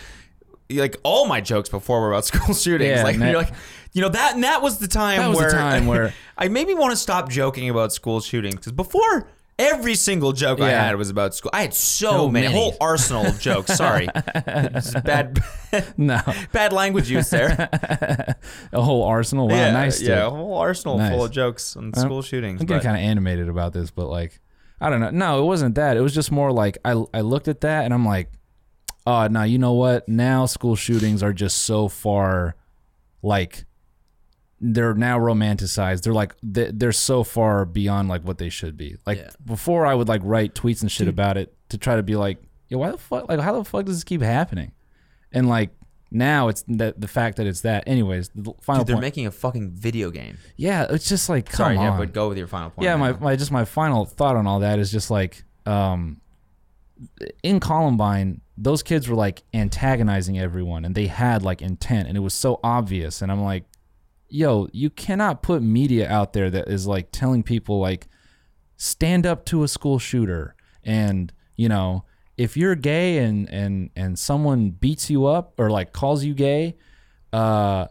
Speaker 1: like all my jokes before were about school shootings.
Speaker 3: Yeah,
Speaker 1: like
Speaker 3: and that-
Speaker 1: you're like you know that and that was the time
Speaker 3: That was the
Speaker 1: where
Speaker 3: time where-
Speaker 1: I maybe want to stop joking about school shootings because before every single joke I
Speaker 3: Yeah.
Speaker 1: had was about school. I had so,
Speaker 3: So
Speaker 1: many, a
Speaker 3: many.
Speaker 1: whole arsenal of jokes. Sorry, It's bad
Speaker 3: no,
Speaker 1: bad language use there.
Speaker 3: a whole arsenal. Wow,
Speaker 1: yeah,
Speaker 3: nice. dude.
Speaker 1: yeah, a whole arsenal full
Speaker 3: Nice.
Speaker 1: of jokes on school shootings.
Speaker 3: I'm getting
Speaker 1: but-
Speaker 3: kind of animated about this, but like, I don't know. No, it wasn't that. It was just more like I I looked at that and I'm like, oh, now you know what? Now school shootings are just so far, like, they're now romanticized. They're like they- they're so far beyond like what they should be. Like before, I would like write tweets and shit about it to try to be like, yo, why the fuck? Like, how the fuck does this keep happening? And like. Now it's that the fact that it's that. Anyways, the final
Speaker 1: Dude, they're
Speaker 3: point.
Speaker 1: making a fucking video game.
Speaker 3: yeah, it's just like come
Speaker 1: Sorry,
Speaker 3: on.
Speaker 1: yeah, but go with your final point.
Speaker 3: Yeah, my,
Speaker 1: now.
Speaker 3: my just my final thought on all that is just like um, in Columbine, those kids were like antagonizing everyone, and they had like intent, and it was so obvious. And I'm like, yo, you cannot put media out there that is like telling people like stand up to a school shooter and, you know, if you're gay and and and someone beats you up or like calls you gay, uh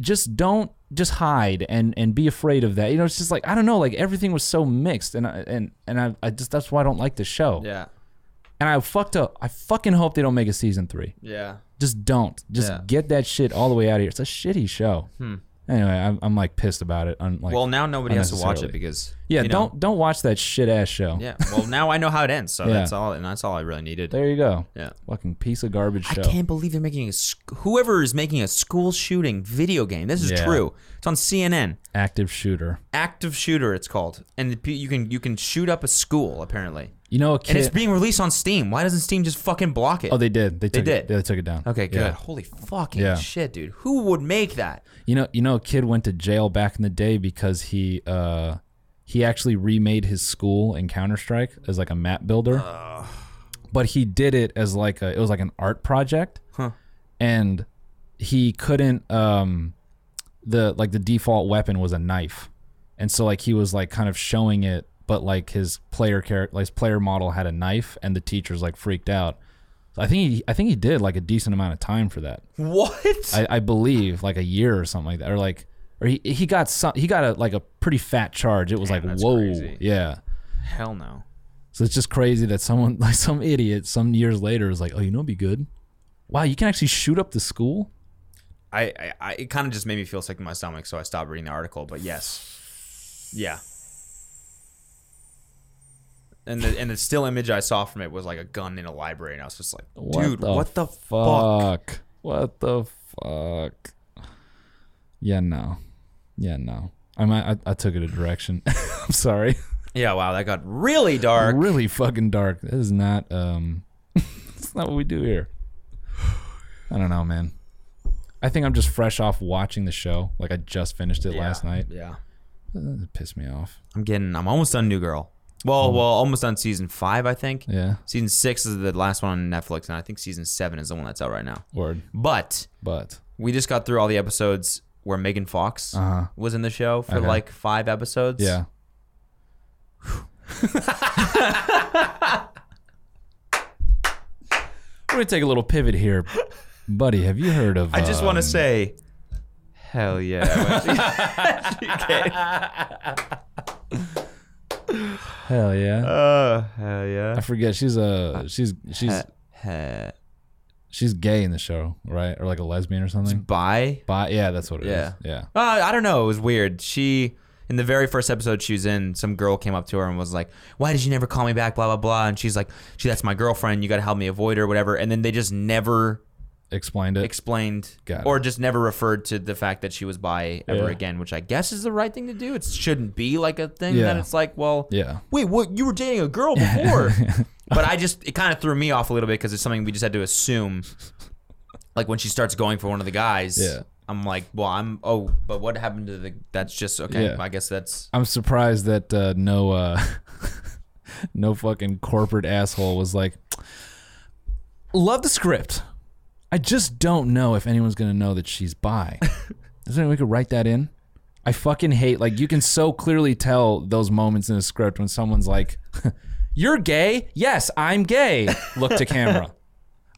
Speaker 3: just don't just hide and and be afraid of that. You know, it's just like I don't know, like everything was so mixed and I, and and I, I just that's why I don't like the show.
Speaker 1: Yeah.
Speaker 3: And I fucked up. I fucking hope they don't make a season 3.
Speaker 1: Yeah.
Speaker 3: Just don't. Just
Speaker 1: Yeah. Hmm.
Speaker 3: get that shit all the way out of here. It's a shitty show. Anyway, I'm, I'm like pissed about it. I'm like,
Speaker 1: Well, now nobody has to watch it
Speaker 3: Unnecessarily.
Speaker 1: because
Speaker 3: yeah,
Speaker 1: you know-
Speaker 3: don't don't watch that shit ass show.
Speaker 1: Yeah. Well, now I know how it ends, so
Speaker 3: Yeah.
Speaker 1: that's all, and that's all I really needed.
Speaker 3: There you go.
Speaker 1: Yeah.
Speaker 3: Fucking piece of garbage
Speaker 1: I
Speaker 3: show.
Speaker 1: can't believe they're making a sc- whoever is making a school shooting video game. This is
Speaker 3: Yeah.
Speaker 1: true. It's on CNN.
Speaker 3: Active shooter.
Speaker 1: Active shooter, it's called, and the, pe- you can you can shoot up a school apparently,
Speaker 3: You know a
Speaker 1: and
Speaker 3: kid.
Speaker 1: it's being released on Steam. Why doesn't Steam just fucking block it?
Speaker 3: oh, they did. They took
Speaker 1: did.
Speaker 3: It, they took it down.
Speaker 1: okay, good.
Speaker 3: Yeah.
Speaker 1: Holy fucking
Speaker 3: Yeah.
Speaker 1: shit, dude! Who would make that?
Speaker 3: You know, you know, a kid went to jail back in the day because he uh he actually remade his school in Counter Strike as like a map builder, but he did it as like a it was like an art project, and he couldn't um the like the default weapon was a knife, and so like he was like kind of showing it, but like his player character, like his player model had a knife, and the teachers like freaked out. So I think he I think he did like a decent amount of time for that.
Speaker 1: What?
Speaker 3: I, I believe like a year or something like that, or like, or he he got some he got a like a pretty fat charge. It was like
Speaker 1: that's
Speaker 3: whoa,
Speaker 1: crazy.
Speaker 3: yeah.
Speaker 1: Hell no.
Speaker 3: So it's just crazy that someone like some idiot some years later is like, oh, you know, it'd be good. Wow, you can actually shoot up the school.
Speaker 1: I, I, I it kind of just made me feel sick in my stomach, so I stopped reading the article. But yes, yeah. And the and the still image I saw from it was like a gun in a library, and I was just like, dude, what the fuck?
Speaker 3: fuck? What the fuck? Yeah, no, yeah, no. I mean, I, I took it a direction. I'm sorry.
Speaker 1: Yeah, wow, that got really dark.
Speaker 3: really fucking dark. That is not um that's not what we do here. I don't know, man. I think I'm just fresh off watching the show. Like I just finished it last night.
Speaker 1: Yeah,
Speaker 3: It pissed me off.
Speaker 1: I'm getting, I'm almost done New Girl. Well, well, almost done season five, I think.
Speaker 3: Yeah.
Speaker 1: Season six is the last one on Netflix, and I think season seven is the one that's out right now.
Speaker 3: Word.
Speaker 1: But
Speaker 3: But
Speaker 1: we just got through all the episodes where Megan Fox
Speaker 3: Uh-huh.
Speaker 1: was in the show for
Speaker 3: Okay.
Speaker 1: like five episodes.
Speaker 3: yeah. We're gonna take a little pivot here. Buddy, have you heard of
Speaker 1: I just want to
Speaker 3: um,
Speaker 1: say, hell yeah.
Speaker 3: Hell yeah.
Speaker 1: uh, hell yeah.
Speaker 3: I forget she's a she's
Speaker 1: uh,
Speaker 3: she's she's gay in the show, right? Or like a lesbian or something.
Speaker 1: Bye.
Speaker 3: Bi- yeah, that's what it is.
Speaker 1: Yeah.
Speaker 3: Yeah.
Speaker 1: Uh, I don't know. It was weird. She, in the very first episode she was in, some girl came up to her and was like, why did you never call me back? Blah, blah, blah. And she's like, she, that's my girlfriend. You got to help me avoid her, whatever. And then they just never
Speaker 3: Explained it.
Speaker 1: explained
Speaker 3: Got it.
Speaker 1: or just never referred to the fact that she was bi ever
Speaker 3: Yeah.
Speaker 1: again, which I guess is the right thing to do. It shouldn't be like a thing that
Speaker 3: Yeah.
Speaker 1: it's like, well,
Speaker 3: Yeah.
Speaker 1: wait, what? You were dating a girl before. but I just, it kind of threw me off a little bit because it's something we just had to assume. Like when she starts going for one of the guys,
Speaker 3: Yeah.
Speaker 1: I'm like, well, I'm, oh, but what happened to the, that's just, okay,
Speaker 3: Yeah.
Speaker 1: I guess that's,
Speaker 3: I'm surprised that uh, no uh, no fucking corporate asshole was like love the script. I just don't know if anyone's gonna know that she's bi. Is there any way we could write that in? I fucking hate like you can so clearly tell those moments in a script when someone's like, "You're gay." Yes, I'm gay. Look to camera.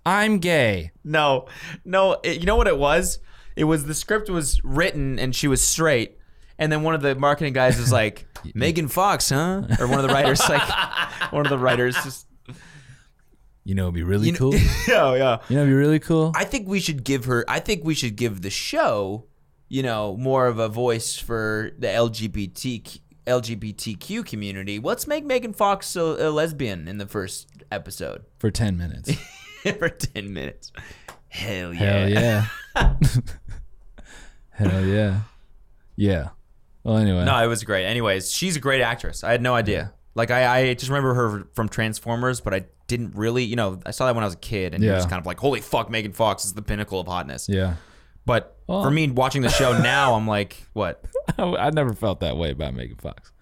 Speaker 3: I'm gay.
Speaker 1: no, no, it, you know what it was? It was the script was written and she was straight. And then one of the marketing guys is like, Megan Fox, huh? Or one of the writers, like, one of the writers just,
Speaker 3: You know, it'd be really
Speaker 1: know-
Speaker 3: cool. You
Speaker 1: yeah, yeah.
Speaker 3: know, it'd be really cool.
Speaker 1: I think we should give her. I think we should give the show, you know, more of a voice for the LGBT LGBTQ community. Let's make Megan Fox a, a lesbian in the first episode
Speaker 3: For ten minutes.
Speaker 1: for ten minutes. Hell yeah!
Speaker 3: Hell yeah. Hell yeah. Yeah. Well, anyway.
Speaker 1: No, it was great. Anyways, she's a great actress. I had no idea. Like I, I just remember her from Transformers, but I didn't really, you know, I saw that when I was a kid, and it
Speaker 3: Yeah.
Speaker 1: was kind of like, holy fuck, Megan Fox is the pinnacle of hotness.
Speaker 3: Yeah.
Speaker 1: But for me, watching the show now, I'm like, what?
Speaker 3: I, I never felt that way about Megan Fox.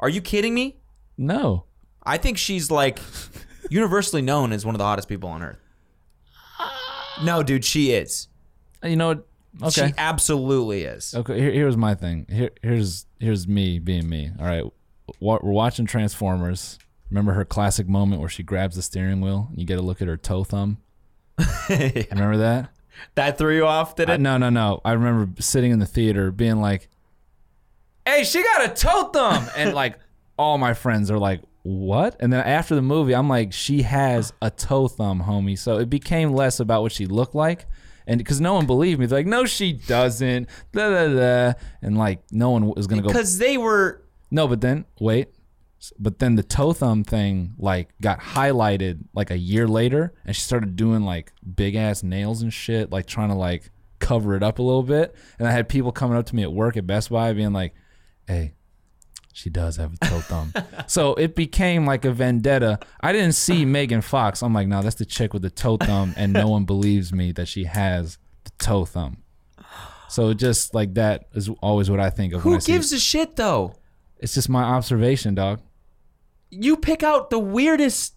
Speaker 1: Are you kidding me?
Speaker 3: No.
Speaker 1: I think she's like universally known as one of the hottest people on earth. No, dude, she is.
Speaker 3: You know, Okay.
Speaker 1: She absolutely is.
Speaker 3: Okay, here, here's my thing. Here, here's here's me being me. All right, Wa- we're watching Transformers. Remember her classic moment where she grabs the steering wheel and you get a look at her toe thumb. Remember that?
Speaker 1: That threw you off, did
Speaker 3: I-
Speaker 1: it?
Speaker 3: no, no, no. I remember sitting in the theater being like, "Hey, she got a toe thumb," and like all my friends are like, "What?" And then after the movie, I'm like, "She has a toe thumb, homie." So it became less about what she looked like, and because no one believed me, they're like, "No, she doesn't." Da da da, and like no one was gonna go.
Speaker 1: Because they were.
Speaker 3: No, but then wait. S- But then the toe thumb thing like got highlighted like a year later, and she started doing like big ass nails and shit, like trying to like cover it up a little bit. And I had people coming up to me at work at Best Buy being like, "Hey, she does have a toe thumb." so it became like a vendetta. I didn't see Megan Fox. I'm like, "No, that's the chick with the toe thumb," and no one believes me that she has the toe thumb. So just like that is always what I think of. when
Speaker 1: Who
Speaker 3: I see
Speaker 1: gives a shit though?
Speaker 3: it's just my observation, dog.
Speaker 1: You pick out the weirdest.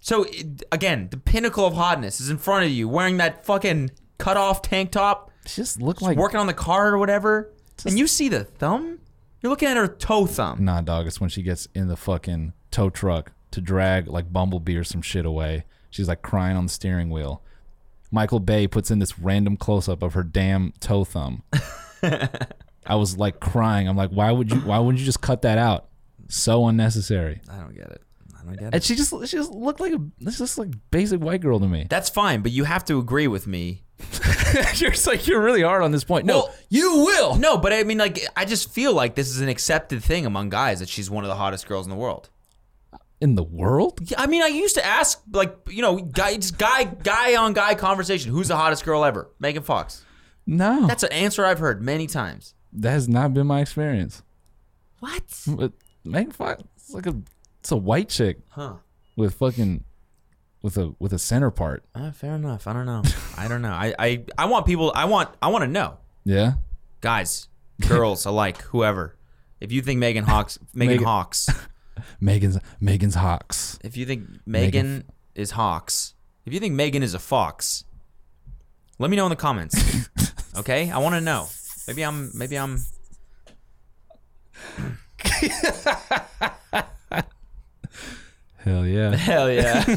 Speaker 1: So it- again, the pinnacle of hotness is in front of you, wearing that fucking cut off tank top,
Speaker 3: She just looked like
Speaker 1: working on the car or whatever, and you see the thumb. You're looking at her toe thumb.
Speaker 3: nah, dog. It's when she gets in the fucking tow truck to drag like Bumblebee or some shit away. She's like crying on the steering wheel. Michael Bay puts in this random close up of her damn toe thumb. I was like crying. I'm like, why would you? Why wouldn't you just cut that out? So unnecessary.
Speaker 1: I don't get it. I don't get it.
Speaker 3: And she just she just looked like a this just like basic white girl to me.
Speaker 1: That's fine, but you have to agree with me.
Speaker 3: you're just like you're really hard on this point.
Speaker 1: Well-
Speaker 3: you will.
Speaker 1: No, but I mean, like, I just feel like this is an accepted thing among guys that she's one of the hottest girls in the world.
Speaker 3: In the world,
Speaker 1: Yeah, I mean, I used to ask, like, you know, guy, just guy, guy on guy conversation. Who's the hottest girl ever? Megan Fox.
Speaker 3: no,
Speaker 1: That's an answer I've heard many times.
Speaker 3: that has not been my experience.
Speaker 1: What?
Speaker 3: But Megan Fox it's like a it's a white chick
Speaker 1: Huh?
Speaker 3: with fucking with a with a center part.
Speaker 1: Uh, fair enough. I don't know. I don't know. I, I, I want people. I want. I want to know,
Speaker 3: Yeah.
Speaker 1: guys, girls alike, whoever. If you think Megan Hawks, Megan,
Speaker 3: Megan-
Speaker 1: Hawks.
Speaker 3: Megan's Megan's Hawks.
Speaker 1: If you think Megan,
Speaker 3: Megan
Speaker 1: is Hawks. If you think Megan is a fox. Let me know in the comments. okay, I want to know. Maybe I'm. Maybe I'm.
Speaker 3: Hell yeah.
Speaker 1: Hell yeah.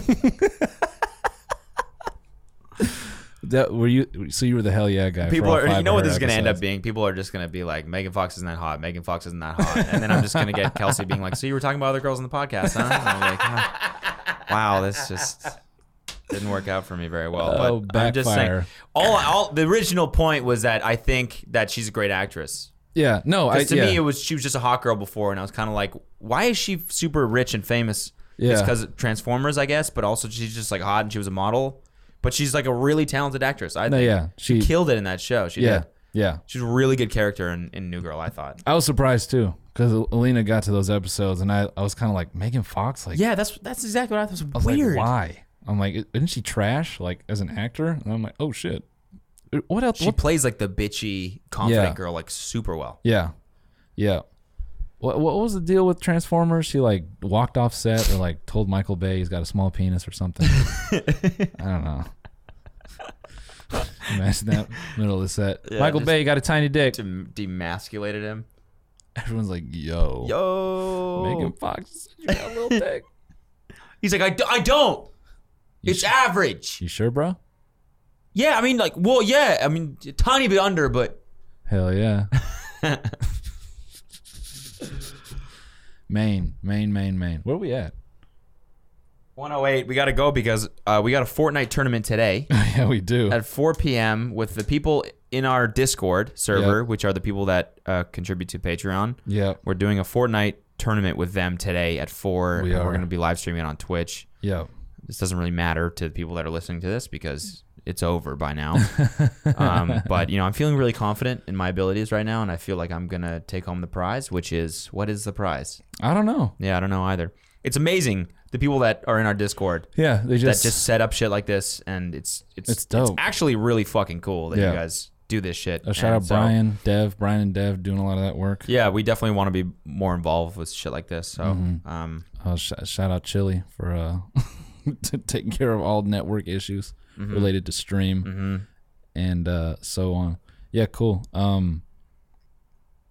Speaker 3: that were you so you were the hell yeah guy. for
Speaker 1: people
Speaker 3: all
Speaker 1: are
Speaker 3: five
Speaker 1: you know
Speaker 3: of
Speaker 1: what
Speaker 3: her
Speaker 1: this is going to end up
Speaker 3: episodes.
Speaker 1: being people are just going to be like megan fox isn't that hot megan fox isn't that hot and then i'm just going to get kelsey being like so you were talking about other girls on the podcast huh And I'm like, "Ah, wow this just didn't work out for me very well
Speaker 3: Oh,
Speaker 1: but i'm just saying
Speaker 3: backfire.
Speaker 1: all, all the original point was that i think that she's a great actress
Speaker 3: Yeah. No, I
Speaker 1: because to
Speaker 3: yeah.
Speaker 1: me it was she was just a hot girl before and i was kind of like why is she super rich and famous it's
Speaker 3: Yeah.
Speaker 1: because transformers i guess but also she's just like hot and she was a model but she's like a really talented actress i
Speaker 3: no,
Speaker 1: think
Speaker 3: yeah. She,
Speaker 1: killed it in that show she
Speaker 3: yeah.
Speaker 1: did
Speaker 3: Yeah.
Speaker 1: She's a really good character in, in New Girl, I thought.
Speaker 3: I was surprised too cuz Alina got to those episodes and I, I was kind of like Megan Fox like
Speaker 1: Yeah, that's that's exactly what I thought
Speaker 3: I
Speaker 1: was
Speaker 3: was
Speaker 1: weird.
Speaker 3: like why? I'm like isn't she trash like as an actor? And I'm like oh shit. What else
Speaker 1: she
Speaker 3: what
Speaker 1: plays like the bitchy, confident
Speaker 3: Yeah.
Speaker 1: girl like super well.
Speaker 3: Yeah, yeah. What what was the deal with Transformers? She like walked off set or like told Michael Bay he's got a small penis or something. I don't know. Imagine that middle of the set. Michael
Speaker 1: just-
Speaker 3: Bay got a tiny dick.
Speaker 1: Dem- demasculated him.
Speaker 3: Everyone's like, yo,
Speaker 1: Yo,
Speaker 3: Megan Fox, you got a little dick.
Speaker 1: he's like, I, d- I don't. it's average.
Speaker 3: You sure, bro?
Speaker 1: Yeah, I mean, like, well, yeah, I mean, a tiny bit under, but
Speaker 3: Hell yeah. Maine, Maine, Maine, Maine. Where we at?
Speaker 1: 108. We got to go because uh, we got a Fortnite tournament today
Speaker 3: yeah, we do.
Speaker 1: at 4 p.m. with the people in our Discord server,
Speaker 3: Yep.
Speaker 1: which are the people that uh, contribute to Patreon.
Speaker 3: Yeah,
Speaker 1: We're doing a Fortnite tournament with them today at four.
Speaker 3: We
Speaker 1: and We're
Speaker 3: are.
Speaker 1: going to be live streaming it on Twitch.
Speaker 3: yeah.
Speaker 1: This doesn't really matter to the people that are listening to this because it's over by now. um, but you know, I'm feeling really confident in my abilities right now, and I feel like I'm gonna take home the prize, which is what is the prize?
Speaker 3: I don't know.
Speaker 1: Yeah, I don't know either. It's amazing the people that are in our Discord
Speaker 3: Yeah, they
Speaker 1: that just set up shit like this, and it's it's
Speaker 3: It's dope.
Speaker 1: actually really fucking cool that
Speaker 3: Yeah.
Speaker 1: you guys do this shit.
Speaker 3: A Uh, shout
Speaker 1: And
Speaker 3: out
Speaker 1: so-
Speaker 3: Brian, Dev, Brian and Dev doing a lot of that work.
Speaker 1: Yeah, we definitely want to be more involved with shit like this. So, um,
Speaker 3: Uh, sh- shout out Chili for uh, t- taking
Speaker 1: Mm-hmm.
Speaker 3: care of all network issues related to stream and uh, so on. Yeah, cool. Um,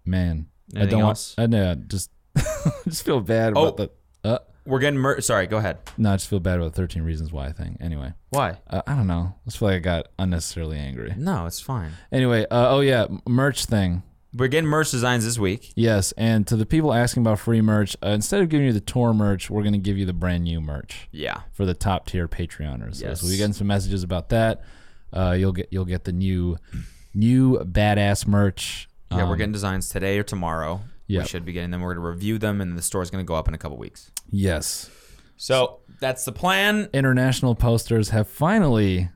Speaker 3: man, I
Speaker 1: Anything
Speaker 3: don't
Speaker 1: else?
Speaker 3: want. I know. I Just, just feel bad about
Speaker 1: Oh.
Speaker 3: the. Uh,
Speaker 1: We're getting mur- sorry. Go ahead.
Speaker 3: no, I just feel bad about the thirteen reasons why thing. Anyway,
Speaker 1: Why?
Speaker 3: uh, I don't know. I just feel like I got unnecessarily angry.
Speaker 1: No, it's fine.
Speaker 3: Anyway, uh, oh yeah, m- merch thing.
Speaker 1: We're getting merch designs this week.
Speaker 3: Yes, and to the people asking about free merch, uh, instead of giving you the tour merch, we're gonna give you the brand new merch.
Speaker 1: Yeah.
Speaker 3: for the top tier Patreoners.
Speaker 1: Yes.
Speaker 3: So we getting some messages about that. Uh, you'll get you'll get the new new badass merch.
Speaker 1: Yeah, we're
Speaker 3: Um,
Speaker 1: getting designs today or tomorrow.
Speaker 3: Yeah.
Speaker 1: We should be getting them. We're going to review them, and the store's going to go up in a couple weeks.
Speaker 3: yes.
Speaker 1: So that's the plan.
Speaker 3: International posters have finally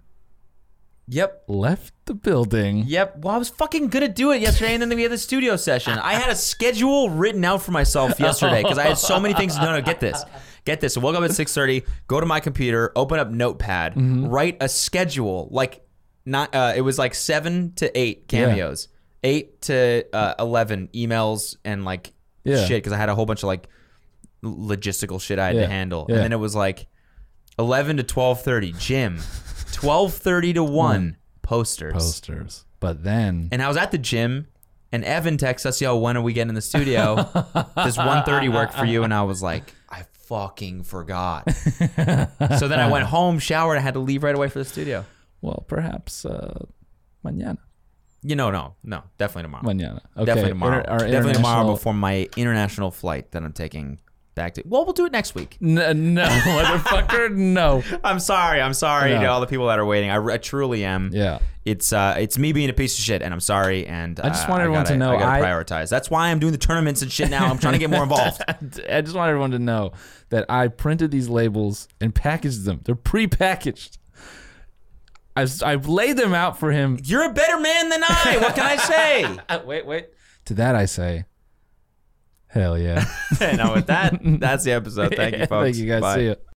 Speaker 1: Yep.
Speaker 3: left the building.
Speaker 1: Yep. Well, I was fucking going to do it yesterday, and then we had the studio session. I had a schedule written out for myself yesterday because I had so many things. No, no, get this. Get this. I woke up at 6.30, go to my computer, open up Notepad,
Speaker 3: Mm-hmm.
Speaker 1: write a schedule. Like, not. Uh, it was like 7 to 8 cameos, 8 to uh, 11 emails and, like,
Speaker 3: Yeah.
Speaker 1: shit because I had a whole bunch of, like, logistical shit I had
Speaker 3: Yeah.
Speaker 1: to handle.
Speaker 3: Yeah.
Speaker 1: And then it was like 11 to 12:30 gym, 12:30 to 1
Speaker 3: Mm.
Speaker 1: posters.
Speaker 3: Posters. But then
Speaker 1: And I was at the gym and Evan texts us, "Yo, when are we getting in the studio? Does 1:30 work for you?" And I was like, "I fucking forgot." so then I went home, showered, I had to leave right away for the studio.
Speaker 3: well perhaps uh mañana.
Speaker 1: You know, no, no, definitely tomorrow.
Speaker 3: Mañana. Okay.
Speaker 1: Definitely tomorrow.
Speaker 3: Inter- our
Speaker 1: definitely tomorrow
Speaker 3: international-
Speaker 1: before my international flight that I'm taking back to. Well, we'll do it next week.
Speaker 3: N- no, motherfucker, no.
Speaker 1: I'm sorry. I'm sorry
Speaker 3: No.
Speaker 1: to all the people that are waiting. I, I truly am.
Speaker 3: Yeah.
Speaker 1: It's uh, it's me being a piece of shit, and I'm sorry. And
Speaker 3: I just
Speaker 1: uh,
Speaker 3: want everyone to
Speaker 1: gotta-
Speaker 3: know
Speaker 1: I gotta
Speaker 3: I-
Speaker 1: prioritize. That's why I'm doing the tournaments and shit now. I'm trying to get more involved.
Speaker 3: I just want everyone to know that I printed these labels and packaged them. They're pre-packaged. I've, I've laid them out for him.
Speaker 1: You're a better man than I. What can I say?
Speaker 3: wait, wait. To that I say, hell yeah.
Speaker 1: and now with that, that's the episode. Thank you, folks.
Speaker 3: Thank you guys.
Speaker 1: Bye.
Speaker 3: See you.